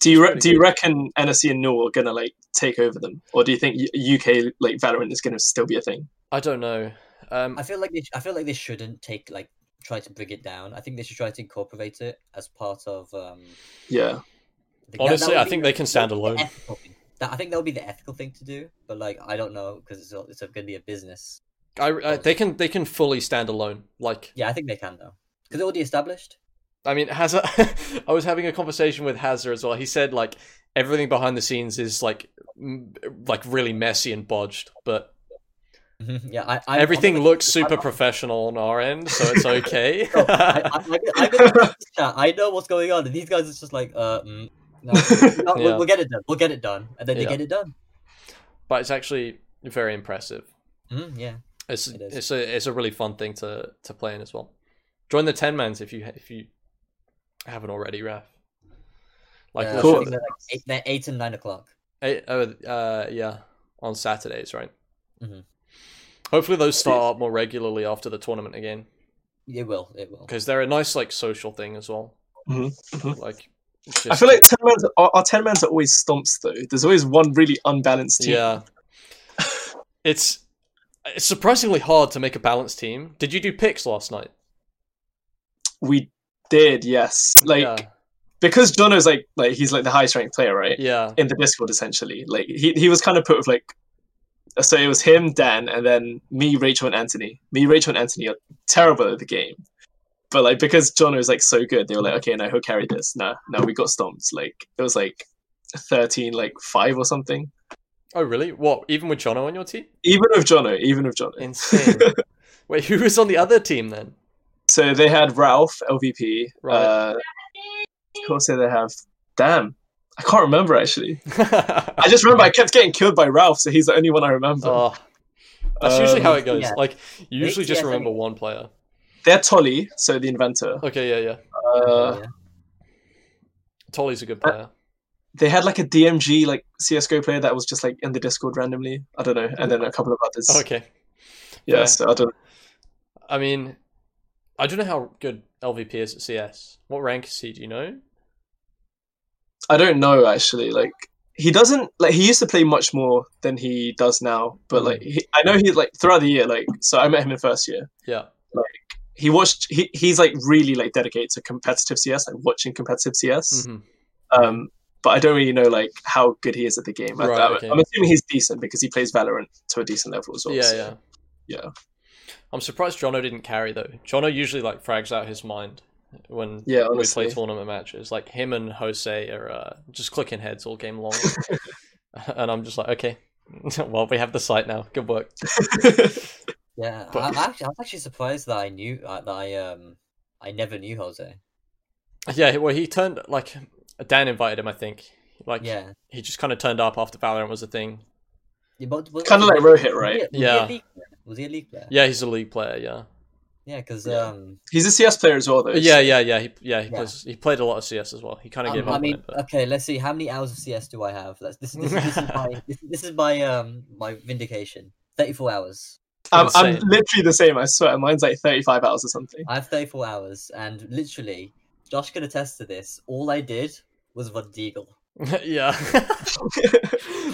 Do
It's
you re-
pretty
do you reckon NSC and Newell are gonna like take over them, or do you think U- UK like veteran is gonna still be a thing?
I don't know. Um,
I feel like they, sh- I feel like they shouldn't take like try to bring it down. I think they should try to incorporate it as part of. Um,
Yeah,
the- that-
Honestly,
that
I
would be,
think
like,
they can
that
stand
would be the
alone.
ethical thing. That, I think that would be the ethical thing to do, but like I don't know because it's all- it's going to be a business.
I, I they can they can fully stand alone. Like
Yeah, I think they can though because they're already established.
I mean, Hazard. I was having a conversation with Hazard as well. He said like everything behind the scenes is like m- like really messy and bodged, but
yeah, I, I
Mm-hmm. everything
I'm not-
looks
I'm
super
not-
professional on our end, so it's okay.
no, I, I, I'm gonna- I'm gonna practice that. I know what's going on, and these guys are just like, uh, mm, no, no,
Yeah.
we'll, we'll get it done. We'll get it done, and then
Yeah.
they get it done.
but it's actually very impressive.
Mm, yeah,
It's
It is.
it's a it's a really fun thing to to play in as well. Join the ten mans if you if you haven't already, Raf. Like
Uh,
the-
Cool.
I think They're, like eight, they're eight and nine o'clock.
Eight, oh, uh, yeah, on Saturdays, right?
Mhm.
Hopefully those start up more regularly after the tournament again,
It will. It will.
because they're a nice like social thing as well.
Mhm, mhm.
Like, it's
I
just-
feel like ten man's our, our ten man's are always stomps though. There's always one really unbalanced team.
yeah, it's it's surprisingly hard to make a balanced team. Did you do picks last night?
we did yes, like
yeah,
because Jono's like like he's like the highest ranked player, right?
yeah,
in the Discord essentially. Like he he was kind of put with like so it was him, Dan, and then me, Rachel, and Anthony. Me, Rachel, and Anthony are terrible at the game. But like because John was like so good, they were like, okay, no, he'll carry this. No, no, we got stomped. Like it was like thirteen, like five or something.
Oh really? What? Even with Jono on your team?
Even with Jono, even with Jono.
Insane. Wait, who was on the other team then?
So they had Ralph, LVP.
Right.
Uh, of course, they have. Damn, I can't remember actually. I just remember I kept getting killed by Ralph, so he's the only one I remember.
Oh, that's usually
Um,
how it goes.
yeah.
Like, you usually just
TSM.
remember one player.
They're Tolly, so the inventor.
Okay, yeah, yeah.
Uh,
yeah.
Tolly's a good player.
they had like a DMG like CS:GO player that was just like in the Discord randomly. I don't know, and then a couple of others.
Oh, okay.
yeah,
fair.
so I don't.
I mean, I don't know how good LVP is at CS. What rank is he? Do you know?
I don't know actually. Like he doesn't like he used to play much more than he does now,
Hmm.
but like he, I know he like throughout the year. Like so, I met him in first year.
Yeah.
He watched. He, he's like really like dedicated to competitive CS, like watching competitive CS.
hmm
Um, but I don't really know like how good he is at the game. I-
Right,
I,
okay.
am assuming he's decent because he plays Valorant to a decent level as well.
Yeah,
so-
yeah.
yeah.
I'm surprised Jono didn't carry though. Jono usually like frags out his mind when
Yeah,
we
honestly.
play tournament matches. Like him and Jose are uh, just clicking heads all game long, and I'm just like, okay, well we have the site now. Good work.
Yeah, I,
But-
I'm actually, I was actually surprised that I knew uh, that I um I never knew Jose.
Yeah, well he turned like Dan invited him, I think. Like
Yeah,
he just kind of turned up after Valorant was a thing.
Yeah, but- but-
Kinda like Rohit, right?
Was he a- was he a
Yeah.
league player? Was he a league player?
Yeah, he's a league player. Yeah,
Yeah, because
Yeah.
um,
He's a CS player as well, though.
Yeah, yeah, yeah. He yeah he
Yeah.
plays. He played a lot of CS as well. He kind of
um,
gave up
I
on
mean,
it, but
okay, let's see. How many hours of CS do I have? Let's, this, this, is- this is my this, this is my um my vindication. Thirty-four hours.
I'm, I'm
Insane.
literally the same. I swear, mine's like 35 hours or something.
I have 34 hours, and literally, Josh can attest to this. All I did was Vodigal.
yeah,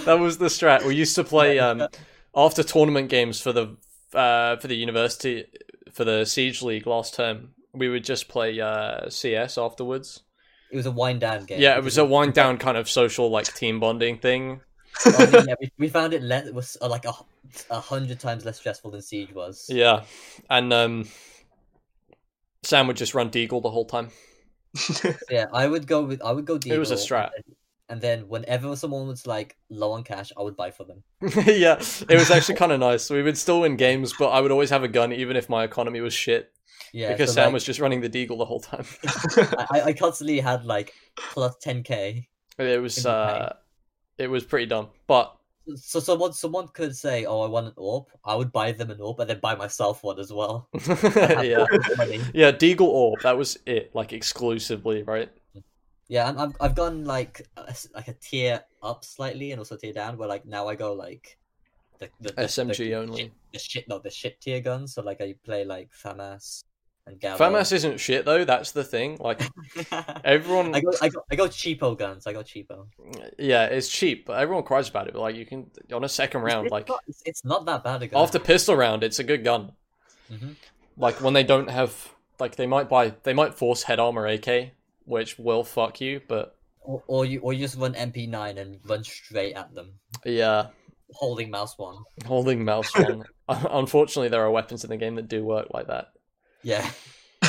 that was the strat. We used to play
Yeah.
um after tournament games for the uh for the university for the Siege League last term. We would just play uh CS afterwards.
It was a wind down game.
Yeah, it
because
was a wind down kind of social like team bonding thing.
oh, yeah, we, we found it less was uh, like a, h- a hundred times less stressful than Siege was.
Yeah, and um Sam would just run Deagle the whole time.
Yeah, I would go with I would go. Deagle,
It was a strat.
And then whenever someone was like low on cash, I would buy for them.
yeah, it was actually kind of nice. We would still win games, but I would always have a gun, even if my economy was shit,
Yeah,
because
so,
Sam
like,
was just running the deagle the whole time.
I, I- I constantly had like plus ten k.
it was
Couldn't play.
uh, it was pretty dumb, but
So someone someone could say, "Oh, I want an orb." I would buy them an orb, and then buy myself one as well. Have
yeah,
orb money.
yeah, deagle orb. That was it, like exclusively, right?
Yeah, I'm, I'm, I've gone like a, s- like a tier up slightly and also tier down. Where like now I go like the, the, the
SMG
the,
only.
shit, the shit no the shit tier guns. So like I play like FAMAS and Gallo.
FAMAS isn't shit though. That's the thing. Like everyone,
I go I go I go cheapo guns. I go cheapo.
yeah, it's cheap, but everyone cries about it. But like, you can on a second round,
it's
like
not, it's, it's not that bad a gun.
after pistol round, it's a good gun.
Mhm.
like when they don't have like they might buy they might force head armor AK, which will fuck you, but
or, or you or you just run MP9 and run straight at them,
yeah,
holding mouse one.
holding mouse one. Unfortunately, there are weapons in the game that do work like that,
Yeah,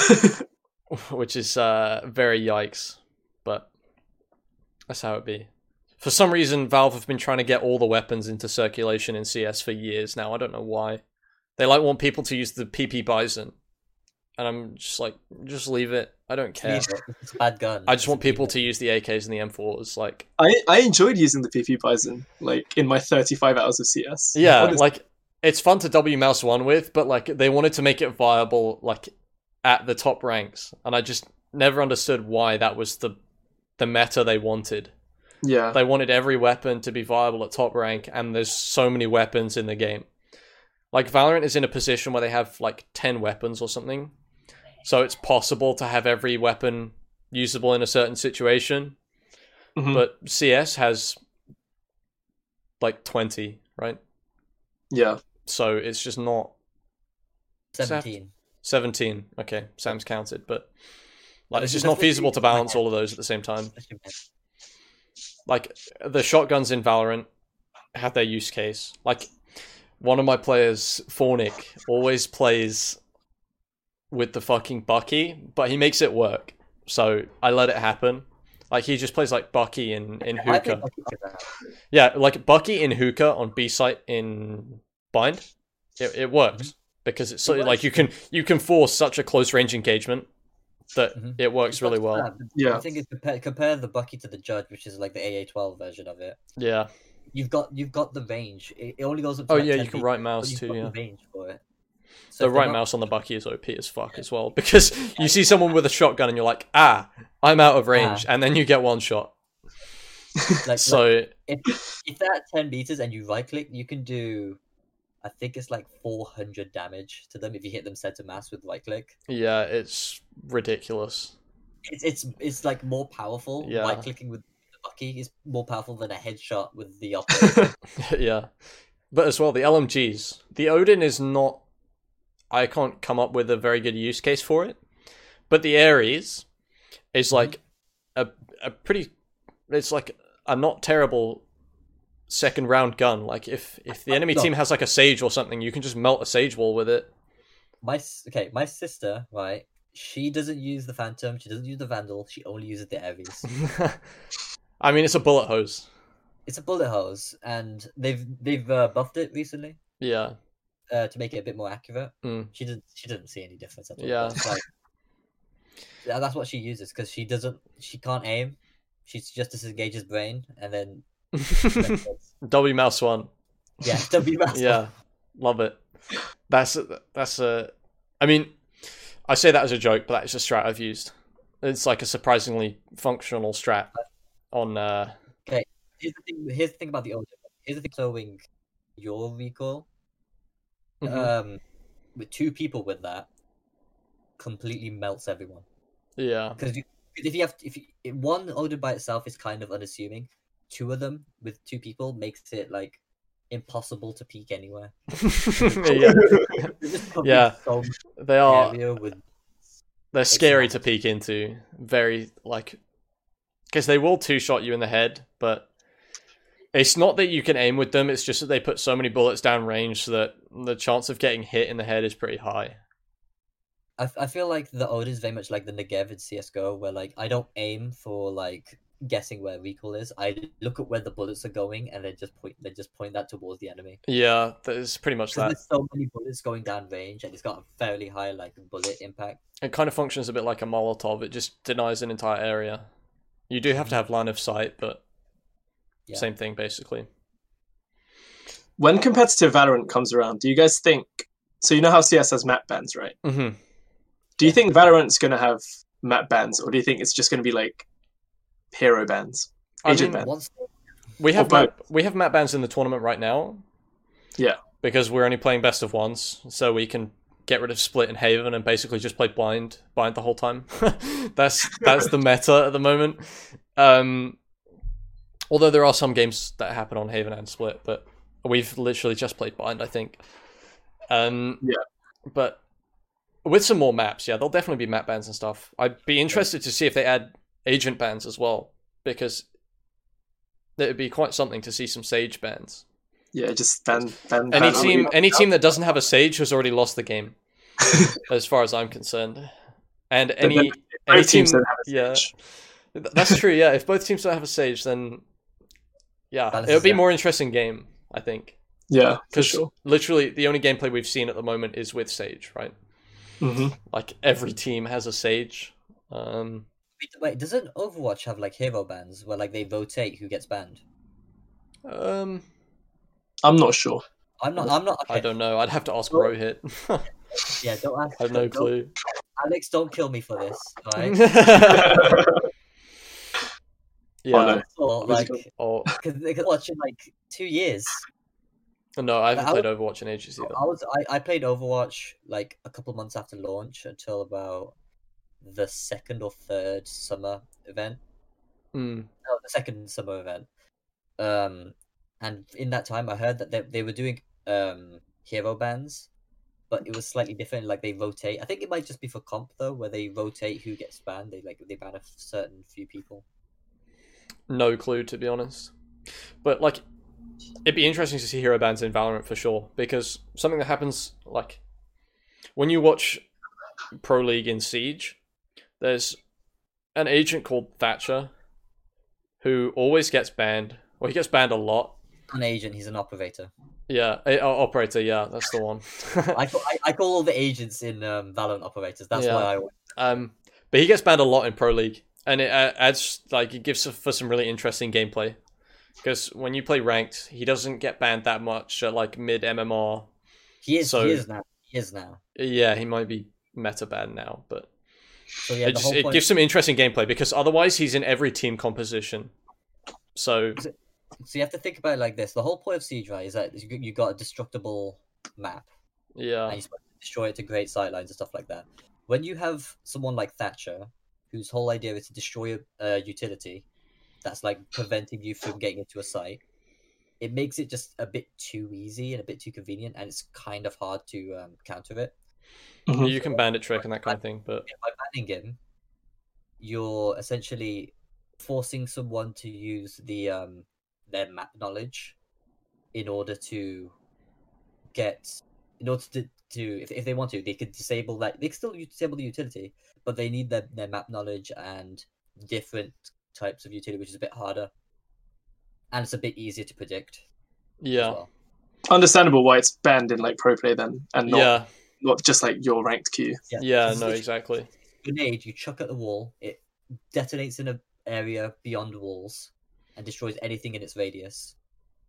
which is uh, very yikes. But that's how it be. For some reason, Valve have been trying to get all the weapons into circulation in CS for years now. I don't know why. They like want people to use the PP Bison, and I'm just like, just leave it. I don't care.
it's a bad gun.
I just want
It's a
people
cheapo.
to use the AKs and the M4s. Like,
I, I enjoyed using the PP Bison, like in my 35 hours of CS.
Yeah,
Honestly.
like it's fun to W mouse one with, but like they wanted to make it viable like at the top ranks, and I just never understood why that was the the meta they wanted.
yeah.
They wanted every weapon to be viable at top rank, and there's so many weapons in the game. Like Valorant is in a position where they have like ten weapons or something, so it's possible to have every weapon usable in a certain situation.
Mhm.
But CS has like twenty, right?
yeah.
so it's just not Saf-
seventeen.
17 okay sam's counted but like it's
This is
just not
definitely-
feasible to balance all of those at the same time like the shotguns in valorant have their use case like one of my players fornic always plays with the fucking bucky but he makes it work so i let it happen like he just plays like bucky in in
I think
hookah
I'll keep it that.
Yeah, like Bucky in Hookah on B site in Bind, it, it works because it's so
Mm-hmm. It works.
like you can you can force such a close range engagement that
Mhm.
it works
It's
really
not
well.
bad, but
Yeah.
The thing is, compare, compare the Bucky to the Judge, which is like the AA12 version of it.
Yeah.
You've got you've got the range. It, it only goes up. To
Oh
like
yeah,
10
you can
feet,
right
but
mouse
you've
too.
got
Yeah.
The range for it. So
The
if they're
right
not-
mouse on the Bucky is OP as fuck as well because you see someone with a shotgun and you're like, ah, I'm out of range, and then you get one shot.
Like, so
So
if, if they're at ten meters and you right click, you can do. I think it's like 400 damage to them if you hit them center mass with right click.
yeah, it's ridiculous.
It's it's it's like more powerful.
Yeah.
Right clicking with the Bucky is more powerful than a headshot with the operator.
yeah. But as well, the LMGs. The Odin is not. I can't come up with a very good use case for it. But the Ares
Mm-hmm.
is like a, a pretty. It's like a not terrible second round gun. Like if, if the enemy
No.
team has like a Sage or something, you can just melt a Sage wall with it.
my s- okay, my sister, right? She doesn't use the Phantom. She doesn't use the Vandal. She only uses the Ares.
I mean, it's a bullet hose.
it's a bullet hose, and they've they've uh, buffed it recently
Yeah.
uh, to make it a bit more accurate.
Mm.
She didn't she didn't see any difference at all.
Yeah.
but it's like- Yeah, that's what she uses because she doesn't she can't aim. She just disengages brain and then
W Mouse 1.
yeah, W
yeah love it that's that's a i mean I say that as a joke, but that is a strat I've used. It's like a surprisingly functional strat on uh,
Here's the thing. Here's the thing about the older. Here's the thing. Slowing your recall.
mhm.
Um, with two people with that, completely melts everyone.
yeah.
Because you, 'cause if you have, if you, if one ordered by itself is kind of unassuming, two of them with two people makes it like impossible to peek anywhere.
yeah.
It just covers
Yeah.
so much
They are
area with
they're scary to
not.
peek into. Very like because they will two shot you in the head, but it's not that you can aim with them. It's just that they put so many bullets down range that the chance of getting hit in the head is pretty high.
I, f- I feel like the Oda is very much like the Negev in CSGO, where like I don't aim for like guessing where recall is. I look at where the bullets are going and then just point then just point that towards the enemy.
Yeah, there's pretty much that.
Because there's so many bullets going down range and it's got a fairly high like bullet impact.
It kind of functions a bit like a Molotov. It just denies an entire area. You do have to have line of sight, but
Yeah.
same thing basically.
When competitive Valorant comes around, do you guys think? So you know how CS has map bans, right?
Mm-hmm.
Do you think Valorant's going to have map bans, or do you think it's just going to be like hero bans?
I
Agent
mean,
bans?
Once
We have
both.
map, we have map bans in the tournament right now.
Yeah.
Because we're only playing best of ones, so we can get rid of split and haven and basically just play blind blind the whole time. that's that's the meta at the moment. Um, although there are some games that happen on haven and split, but we've literally just played blind. I think. Um,
Yeah.
But with some more maps, yeah, there'll definitely be map bans and stuff. I'd be interested to see if they add agent bans as well, because it would be quite something to see some sage bans.
Yeah, just ban ban.
Any
ban
team,
all
any team that doesn't have a sage has already lost the game, as far as I'm concerned. And
then
any
both
any team,
teams don't have a
yeah,
sage.
Th- that's true. Yeah, if both teams don't have a sage, then yeah,
Balances
it would be
out.
more interesting game, I think,
Yeah, for
because
sure.
literally the only gameplay we've seen at the moment is with sage, right?
Mhm.
Like every team has a sage. Um,
wait, wait, doesn't Overwatch have like hero bans where like they rotate who gets banned?
um,
I'm not sure.
I'm not. I'm not.
I
okay,
don't know. I'd have to ask
Well-
Rohit. I
Yeah, don't ask.
have no
don't-
clue.
Alex, don't kill me for this. Right?
yeah.
Oh, no.
Or, like,
Let's
Or
because they're watching like two years.
no, I haven't
I
played Overwatch in ages either.
I was I, I played Overwatch like a couple months after launch until about the second or third summer event.
Mm.
No, oh, the second summer event. Um, and in that time, I heard that they they were doing um hero bands, but it was slightly different. Like they rotate. I think it might just be for comp though, where they rotate who gets banned. They like they ban a certain few people.
No clue to be honest. But like, it'd be interesting to see hero bans in Valorant for sure because something that happens like when you watch Pro League in Siege, there's an agent called Thatcher who always gets banned. Well, he gets banned a lot.
An agent. He's an operator.
Yeah, a- o- operator. Yeah, that's the one.
I call, I, I call all the agents in um, Valorant operators. That's
Yeah.
why I.
Um, but he gets banned a lot in pro league, and it uh, adds like it gives for some really interesting gameplay. Because when you play ranked, he doesn't get banned that much at like mid MMR.
He is.
So-
he is now. He is now.
Yeah, he might be meta banned now, but
So
it
yeah, the
just
whole
it
point.
gives some interesting gameplay because otherwise he's in every team composition. So
So you have to think about it like this: the whole point of Siege right, is that you you got a destructible map, and
yeah,
you're supposed to destroy it to create sightlines and stuff like that. When you have someone like Thatcher, whose whole idea is to destroy a uh, utility, that's like preventing you from getting into a site. It makes it just a bit too easy and a bit too convenient, and it's kind of hard to um, counter it.
Mhm.
you can bandit trick and that kind of thing, but
by banning him, you're essentially forcing someone to use the um their map knowledge in order to get in order to to if, if they want to they could disable that they can still u- disable the utility but they need their, their map knowledge and different types of utility which is a bit harder and it's a bit easier to predict
yeah,
as well.
Understandable why it's banned in like pro play then, and not
yeah,
not just like your ranked queue.
yeah,
yeah,
so
no,
it's-
exactly.
grenade you chuck at the wall, it detonates in an area beyond walls and destroys anything in its radius.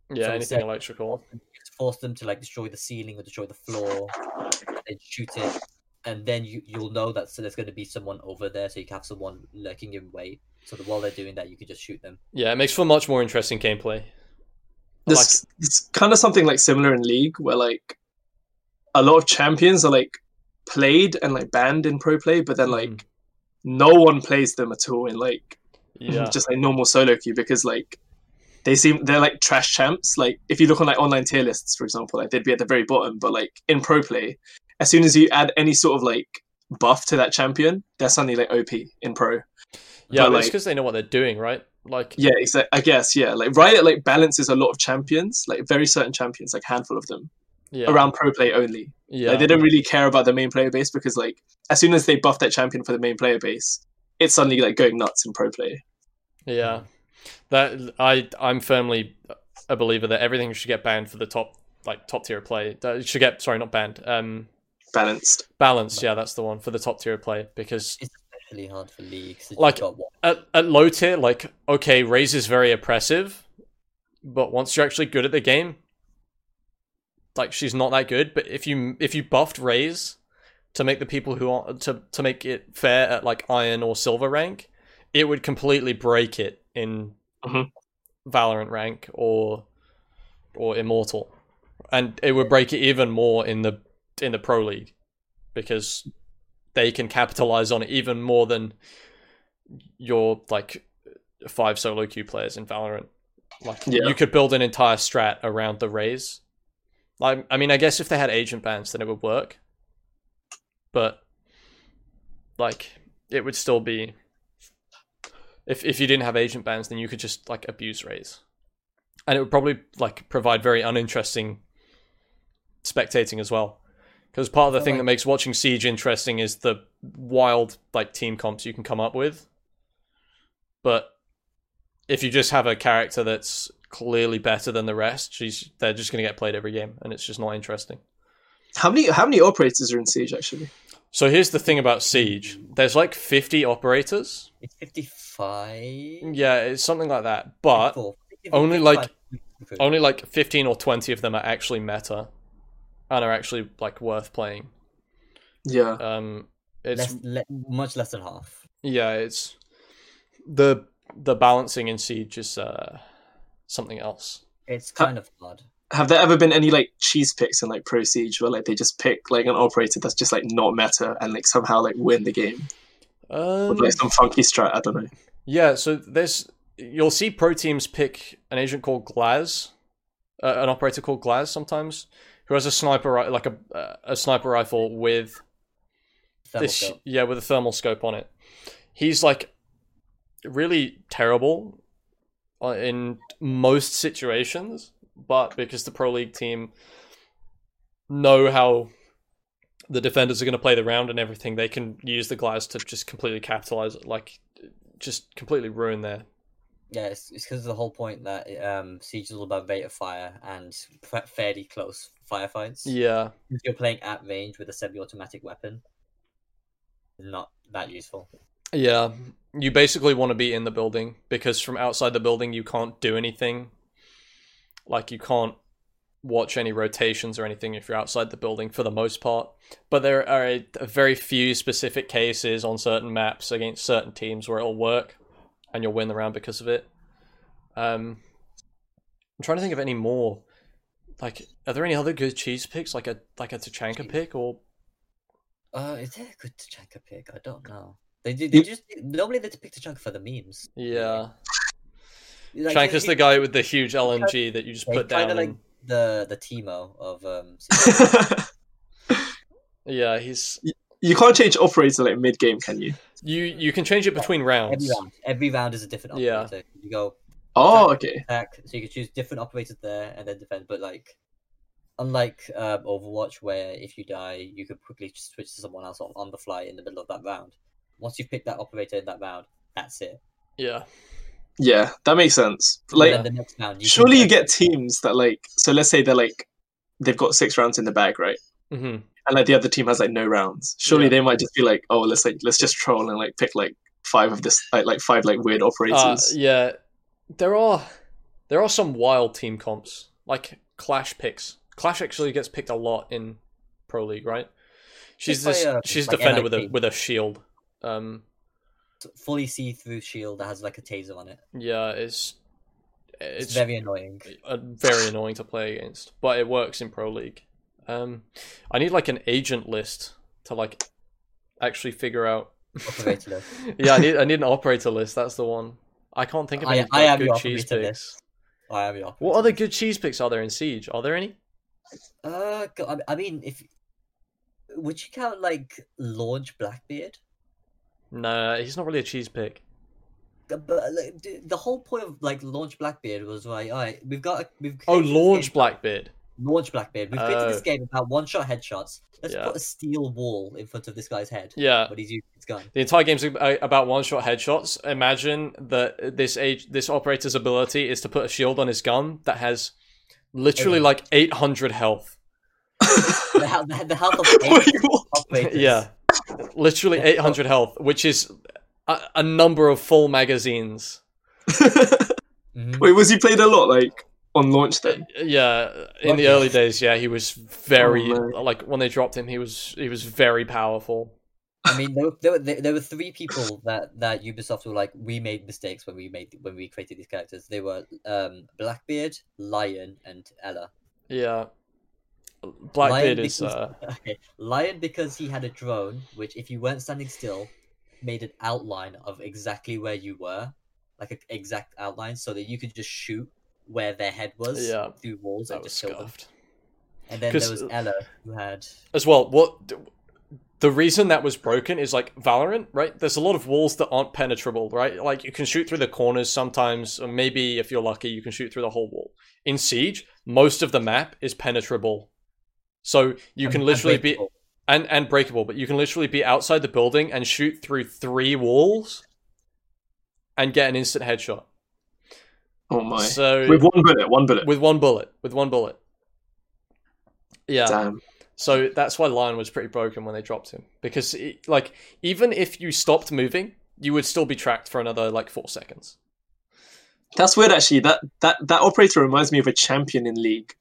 Yeah,
so
anything
instead-
electrical.
You have to force them to like destroy the ceiling or destroy the floor, and then shoot it and then you you'll know that so there's going to be someone over there, so you can have someone lurking in wait. So that while they're doing that, you can just shoot them.
Yeah, it makes for much more interesting gameplay. I like
This it's kind of something like similar in League, where like a lot of champions are like played and like banned in pro play, but then like
Mhm.
no one plays them at all in like
Yeah.
just like normal solo queue because like they seem they're like trash champs. Like if you look on like online tier lists, for example, like they'd be at the very bottom, but like in pro play, as soon as you add any sort of like buff to that champion, they're suddenly like OP in pro.
Yeah,
But,
but it's
like-
because they know what they're doing, right? Like,
Yeah, exactly. I guess yeah. Like Riot like balances a lot of champions, like very certain champions, like handful of them
yeah,
around pro play only.
yeah,
Like, they don't really care about the main player base because like as soon as they buff that champion for the main player base, it's suddenly like going nuts in pro play.
yeah. That I I'm firmly a believer that everything should get banned for the top like top tier of play. That it should get sorry, not banned. Um,
Balanced.
balanced. Yeah, that's the one for the top tier of play because
It's especially hard for leagues. that you've
Like-
got one.
at, at low tier, like okay, raise is very oppressive, but once you're actually good at the game, like she's not that good. But if you if you buffed raise to make the people who are to to make it fair at like iron or silver rank, it would completely break it in
Mhm.
Valorant rank or or immortal, and it would break it even more in the in the pro league because they can capitalize on it even more than your like five solo queue players in Valorant. Like
Yeah.
you could build an entire strat around the raise. Like I mean, I guess if they had agent bans, then it would work. But like it would still be if if you didn't have agent bans, then you could just like abuse raise, and it would probably like provide very uninteresting spectating as well. Because part of the
So,
thing
like-
that makes watching siege interesting is the wild like team comps you can come up with. But if you just have a character that's clearly better than the rest, she's they're just going to get played every game, and it's just not interesting.
How many how many operators are in siege actually?
So here's the thing about siege: there's like 50 operators.
It's fifty-five.
Yeah, it's something like that. But
54. If
only,
it's
like-
55,
only like 15 or 20 of them are actually meta and are actually like worth playing
Yeah.
um it's
less, le- much less than half.
yeah it's the the balancing in siege is uh something else
It's kind of hard.
Have there ever been any like cheese picks in like Pro Siege where like they just pick like an operator that's just like not meta and like somehow like win the game
um
with like some funky strat? I don't know.
yeah so there's you'll see pro teams pick an agent called glaz uh, an operator called glaz sometimes who has a sniper ri- like a uh, a sniper rifle with
Thermal
this
scope.
yeah with a thermal scope on it he's like really terrible uh, in most situations but because the pro league team know how the defenders are going to play the round and everything they can use the glass to just completely capitalize like just completely ruin their
Yeah, it's because of the whole point that um, Siege is all about rate of fire and fa- fairly close firefights.
yeah
If You're playing at range with a semi-automatic weapon. Not that useful.
yeah you basically want to be in the building because from outside the building you can't do anything like you can't watch any rotations or anything if you're outside the building for the most part. But there are a, a very few specific cases on certain maps against certain teams where it'll work and you'll win the round because of it. Um, I'm trying to think of any more. Like, are there any other good cheese picks? Like a like a Tachanka pick or
Uh, is there a good Tachanka pick? I don't know. They do. They just normally they pick Tachanka for the memes.
yeah,
Like, they-
Tachanka's the guy with the huge LMG that you just
they
put
kinda
down.
like
and-
the the Timo of um.
yeah, he's
you can't change operator like mid game, can you?
you. You can change it between rounds.
every round, every round is a different
Yeah.
operator. You go
Oh, okay.
attack, so you can choose different operators there and then defend. But like, unlike um, Overwatch, where if you die, you could quickly just switch to someone else on, on the fly in the middle of that round. Once you've picked that operator in that round, that's it.
Yeah,
Yeah, that makes sense.
And
Like
then the next round, you can
surely you
defend-
get teams that like so let's say they're like they've got six rounds in the bag, right?
hmm
And like the other team has like no rounds. Surely
Yeah.
they might just be like, oh let's like let's just troll and like pick like five of this like like five like weird
Uh,
operators.
yeah, there are there are some wild team comps like Clash picks. Clash actually gets picked a lot in Pro League, right? She's
play
this,
a-
she's a
like
defender with a
NIP.
with a shield. Um,
fully see-through shield that has like a taser on it.
yeah, it's
It's,
it's
very annoying.
uh, very annoying to play against, but it works in pro league. Um, I need like an agent list to like actually figure out.
Operator list.
yeah, I need I need an operator list. That's the one. I can't think of
I-
any
I
like,
have
good
your
cheese
operator
picks.
I am your.
What other good cheese picks are there in Siege? Are there any?
Uh, go- I- I mean, if would you count like launch Blackbeard?
No, he's not really a cheese pick.
The- But like, d- the whole point of like launch Blackbeard was like, all right, we've got a- we've
Oh,
created this
Lorge
game-
Blackbeard.
launch Blackbeard. We've created
Oh.
this game about one shot headshots. Let's
Yeah.
put a steel wall in front of this guy's head,
Yeah,
but he's using his gun.
The entire game's ab- about one-shot headshots. Imagine that this age, this operator's ability is to put a shield on his gun that has literally
Okay.
like 800 health.
The, hel- the, the health of
Wait,
eight
what?
operators.
Yeah, literally
Yeah.
800 health, which is a, a number of full magazines.
Mhm.
Wait, was he played a lot like on launch then?
Uh, Yeah, in the
Okay.
early days, yeah, he was very
Oh, man.
like when they dropped him, he was he was very powerful.
I mean, there, were- there, were- there, there were three people that, that Ubisoft were like, we made mistakes when we made when we created these characters. They were um, Blackbeard, Lion, and Ella.
Yeah,
Lion
Blackbeard is
because-
uh,
Okay, Lion because he had a drone, which if you weren't standing still, made an outline of exactly where you were, like an exact outline, so that you could just shoot where their head was
Yeah,
through walls
that
and
was
just kill them.
scuffed.
And then there
'Cause-
was Ella who had
as well what the reason that was broken is like valorant right there's a lot of walls that aren't penetrable right like you can shoot through the corners sometimes or maybe if you're lucky you can shoot through the whole wall in siege most of the map is penetrable so you can
and-
literally
and
be
Breakable.
and and breakable but you can literally be outside the building and shoot through three walls and get an instant headshot
Oh my.
so
With one bullet, one bullet.
with one bullet with one bullet yeah
Damn.
so that's why Lion was pretty broken when they dropped him because it, like even if you stopped moving, you would still be tracked for another like four seconds.
That's weird actually. That that that operator reminds me of a champion in League.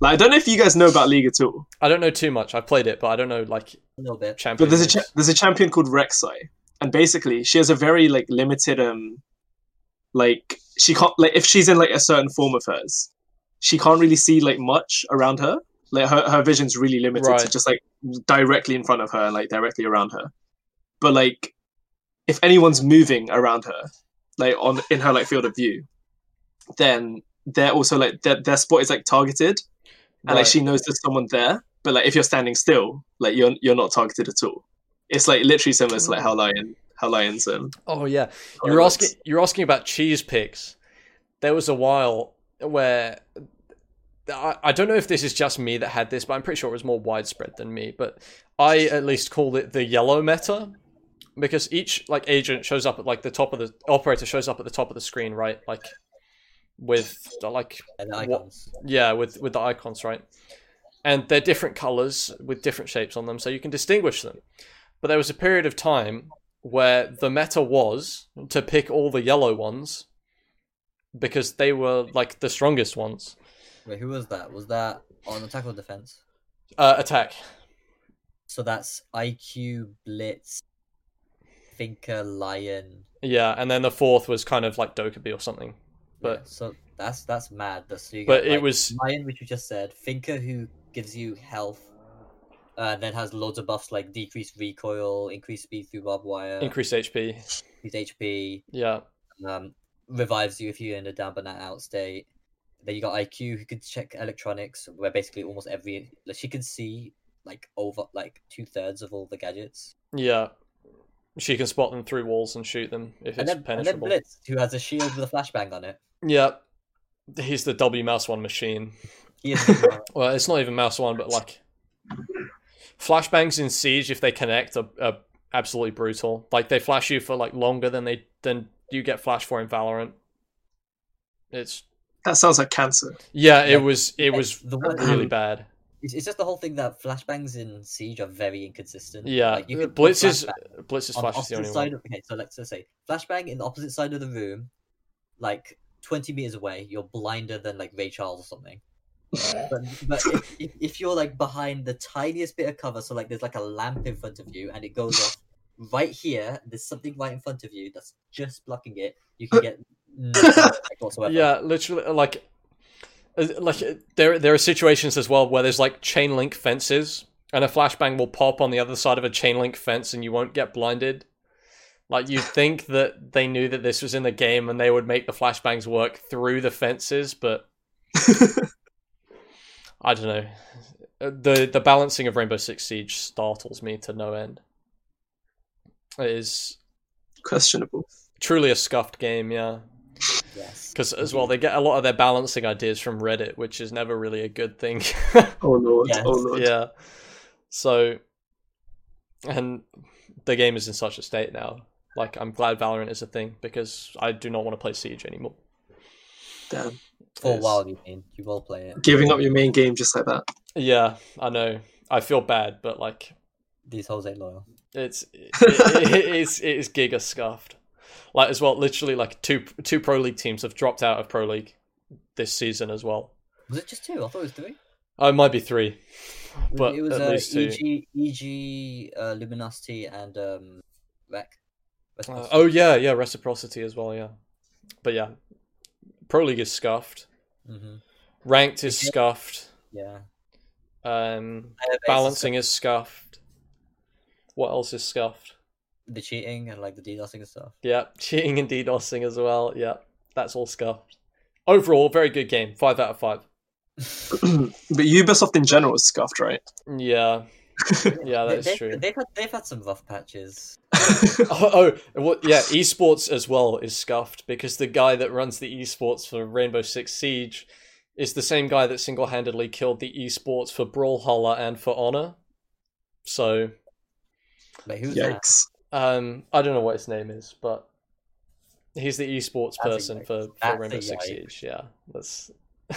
Like I don't know if you guys know about League at all.
I don't know too much. I played it, but I don't know like
a little bit.
champion.
But there's a
names.
cha- there's a champion called Rek'Sai, and basically she has a very like limited um, like she can't like if she's in like a certain form of hers, she can't really see like much around her. Like her her vision's really limited to
Right.
just like directly in front of her and like directly around her. But like, if anyone's moving around her, like on in her like field of view, then they're also like their their spot is like targeted, and like
Right.
she knows there's someone there. But like if you're standing still, like you're you're not targeted at all. It's like literally similar to like
Mm.
how lion how lions um
Oh yeah,
how
you were
it
asking.
works.
You were asking about cheese picks. There was a while where I, I don't know if this is just me that had this, but I'm pretty sure it was more widespread than me. But I at least called it the yellow meta because each like agent shows up at like the top of the operator shows up at the top of the screen, right? Like with like
And
What-
icons.
yeah, with with the icons, right? And they're different colors with different shapes on them, so you can distinguish them. But there was a period of time where the meta was to pick all the yellow ones because they were like the strongest ones.
Wait, who was that? Was that on attack or defense?
Uh, attack.
So that's IQ, Blitz, Thinker, Lion.
Yeah, and then the fourth was kind of like Dokubi or something. But-
Yeah, so that's that's mad. That's so you
But
got,
it
like,
was
Lion, which you just said, Thinker, who gives you health, uh, then has loads of buffs like decreased recoil, increased speed through barbed wire,
increased HP.
increased HP,
Yeah.
um, revives you if you're in a down but not out state. Then you got IQ, who could check electronics, where basically almost every like, she can see like over like two thirds of all the gadgets.
Yeah. She can spot them through walls and shoot them if it's
and then, and then
penetrable.
Blitz, who has a shield with a flashbang on it.
yeah. He's the W mouse one machine.
He is
Well, it's not even mouse one, but like flashbangs in Siege, if they connect, are, are absolutely brutal. Like they flash you for like longer than they than you get flash for in Valorant. It's
That sounds like cancer.
yeah, it
Yeah. Um,
was it was
the one,
really bad.
it's, it's just the whole thing that flashbangs in Siege are very inconsistent.
Yeah,
Like, you could put
Blitz is
flashbang
Blitz is
on the
flash is the
opposite
only
side.
one.
Of, okay, so let's just say flashbang in the opposite side of the room, like twenty meters away. You're blinder than like Ray Charles or something. But, but if, if, if you're like behind the tiniest bit of cover, so like there's like a lamp in front of you and it goes off right here, there's something right in front of you that's just blocking it, you can get no effect whatsoever.
Yeah, literally, like, uh, like uh, there there are situations as well where there's like chain link fences, and a flashbang will pop on the other side of a chain link fence, and you won't get blinded. Like you'd think that they knew that this was in the game, and they would make the flashbangs work through the fences, but I don't know. Uh, the The balancing of Rainbow Six Siege startles me to no end. It is
Questionable.
truly a scuffed game, yeah.
Yes.
Because as well, they get a lot of their balancing ideas from Reddit, which is never really a good thing.
Oh lord.
Yes.
Oh lord.
yeah. So, and the game is in such a state now. Like, I'm glad Valorant is a thing because I do not want to play Siege anymore.
Damn.
For a
Yes.
while, you mean you will play it.
Giving up your main game just like that.
Yeah, I know. I feel bad, but like,
These hoes ain't loyal.
it's it, it is it is giga scuffed. Like as well, literally like two two pro league teams have dropped out of pro league this season as well.
Was it just two? I thought it was three.
Oh, it might be three, but
it was
at
uh,
least two.
EG, EG, uh, Luminosity, and um, Rec. Rec-
Uh, oh yeah, yeah, reciprocity as well, yeah. But yeah, pro league is scuffed.
Mhm.
Ranked is scuffed.
yeah.
Um,
Player base is
balancing is scuffed. What else is scuffed?
the cheating and like the DDoSing and stuff.
Yeah, cheating and DDoSing as well. Yeah, that's all scuffed. Overall, very good game. Five out of five.
but Ubisoft in general is scuffed, right?
Yeah, yeah,
They-
that is
they've,
true.
They've had, they've had some rough patches.
Oh, oh well, yeah, esports as well is scuffed because the guy that runs the esports for Rainbow Six Siege is the same guy that single handedly killed the esports for Brawlhalla and for Honor. So,
Like who's that?
Yikes.
um, I don't know what his name is, but he's the esports
That's a
person
yikes.
for, for
That's
Rainbow
a
Six
yikes.
Siege. Yeah, that's.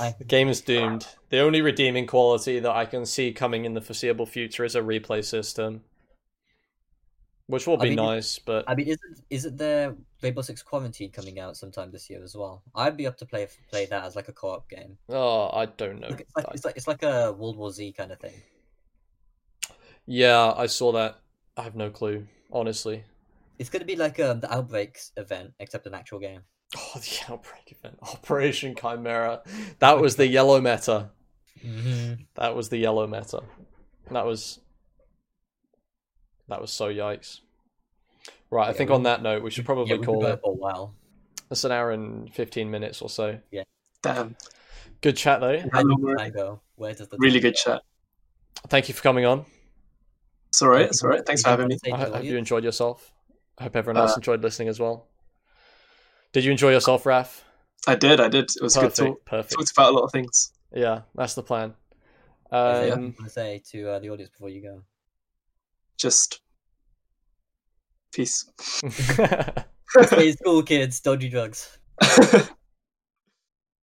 I-
the game is doomed. The only redeeming quality that I can see coming in the foreseeable future is a replay system, which will
I
be
mean, it-
nice, but.
I mean, isn't isn't there Rainbow Six Quarantine coming out sometime this year as well? I'd be up to play play that as like a co-op game.
Oh, I don't know.
Look, It's like, it's like it's like a World War Z kind of thing.
yeah, I saw that. I have no clue, honestly.
It's gonna be like um, the Outbreaks event, except an actual game.
Oh, the outbreak event, Operation Chimera. That was the yellow meta.
Mm-hmm.
That was the yellow meta. That was. That was so yikes. Right, I
Yeah,
think
we-
on that note, we should probably
yeah, uh,
call it.
for a while.
It's an hour and fifteen minutes or so.
Damn.
Good chat though.
Hello,
Where does the
Mark.
time go? Where does the
Really
time
good
go?
chat.
Thank you for coming on.
It's alright, it's alright. Thanks for having me.
Anything
I
you Uh,
ho-
wanna
hope
say
you
to the
enjoyed yourself. I hope everyone else enjoyed listening as well. Did you enjoy yourself, Raf?
I did, I did. It was a good
perfect,
talk.
perfect.
Talked about a lot of things.
Yeah, that's the plan.
audience? Is there
Um,
anything you wanna say to uh, the audience before you go?
Just peace.
Um,
Stay in school, kids. Don't do drugs.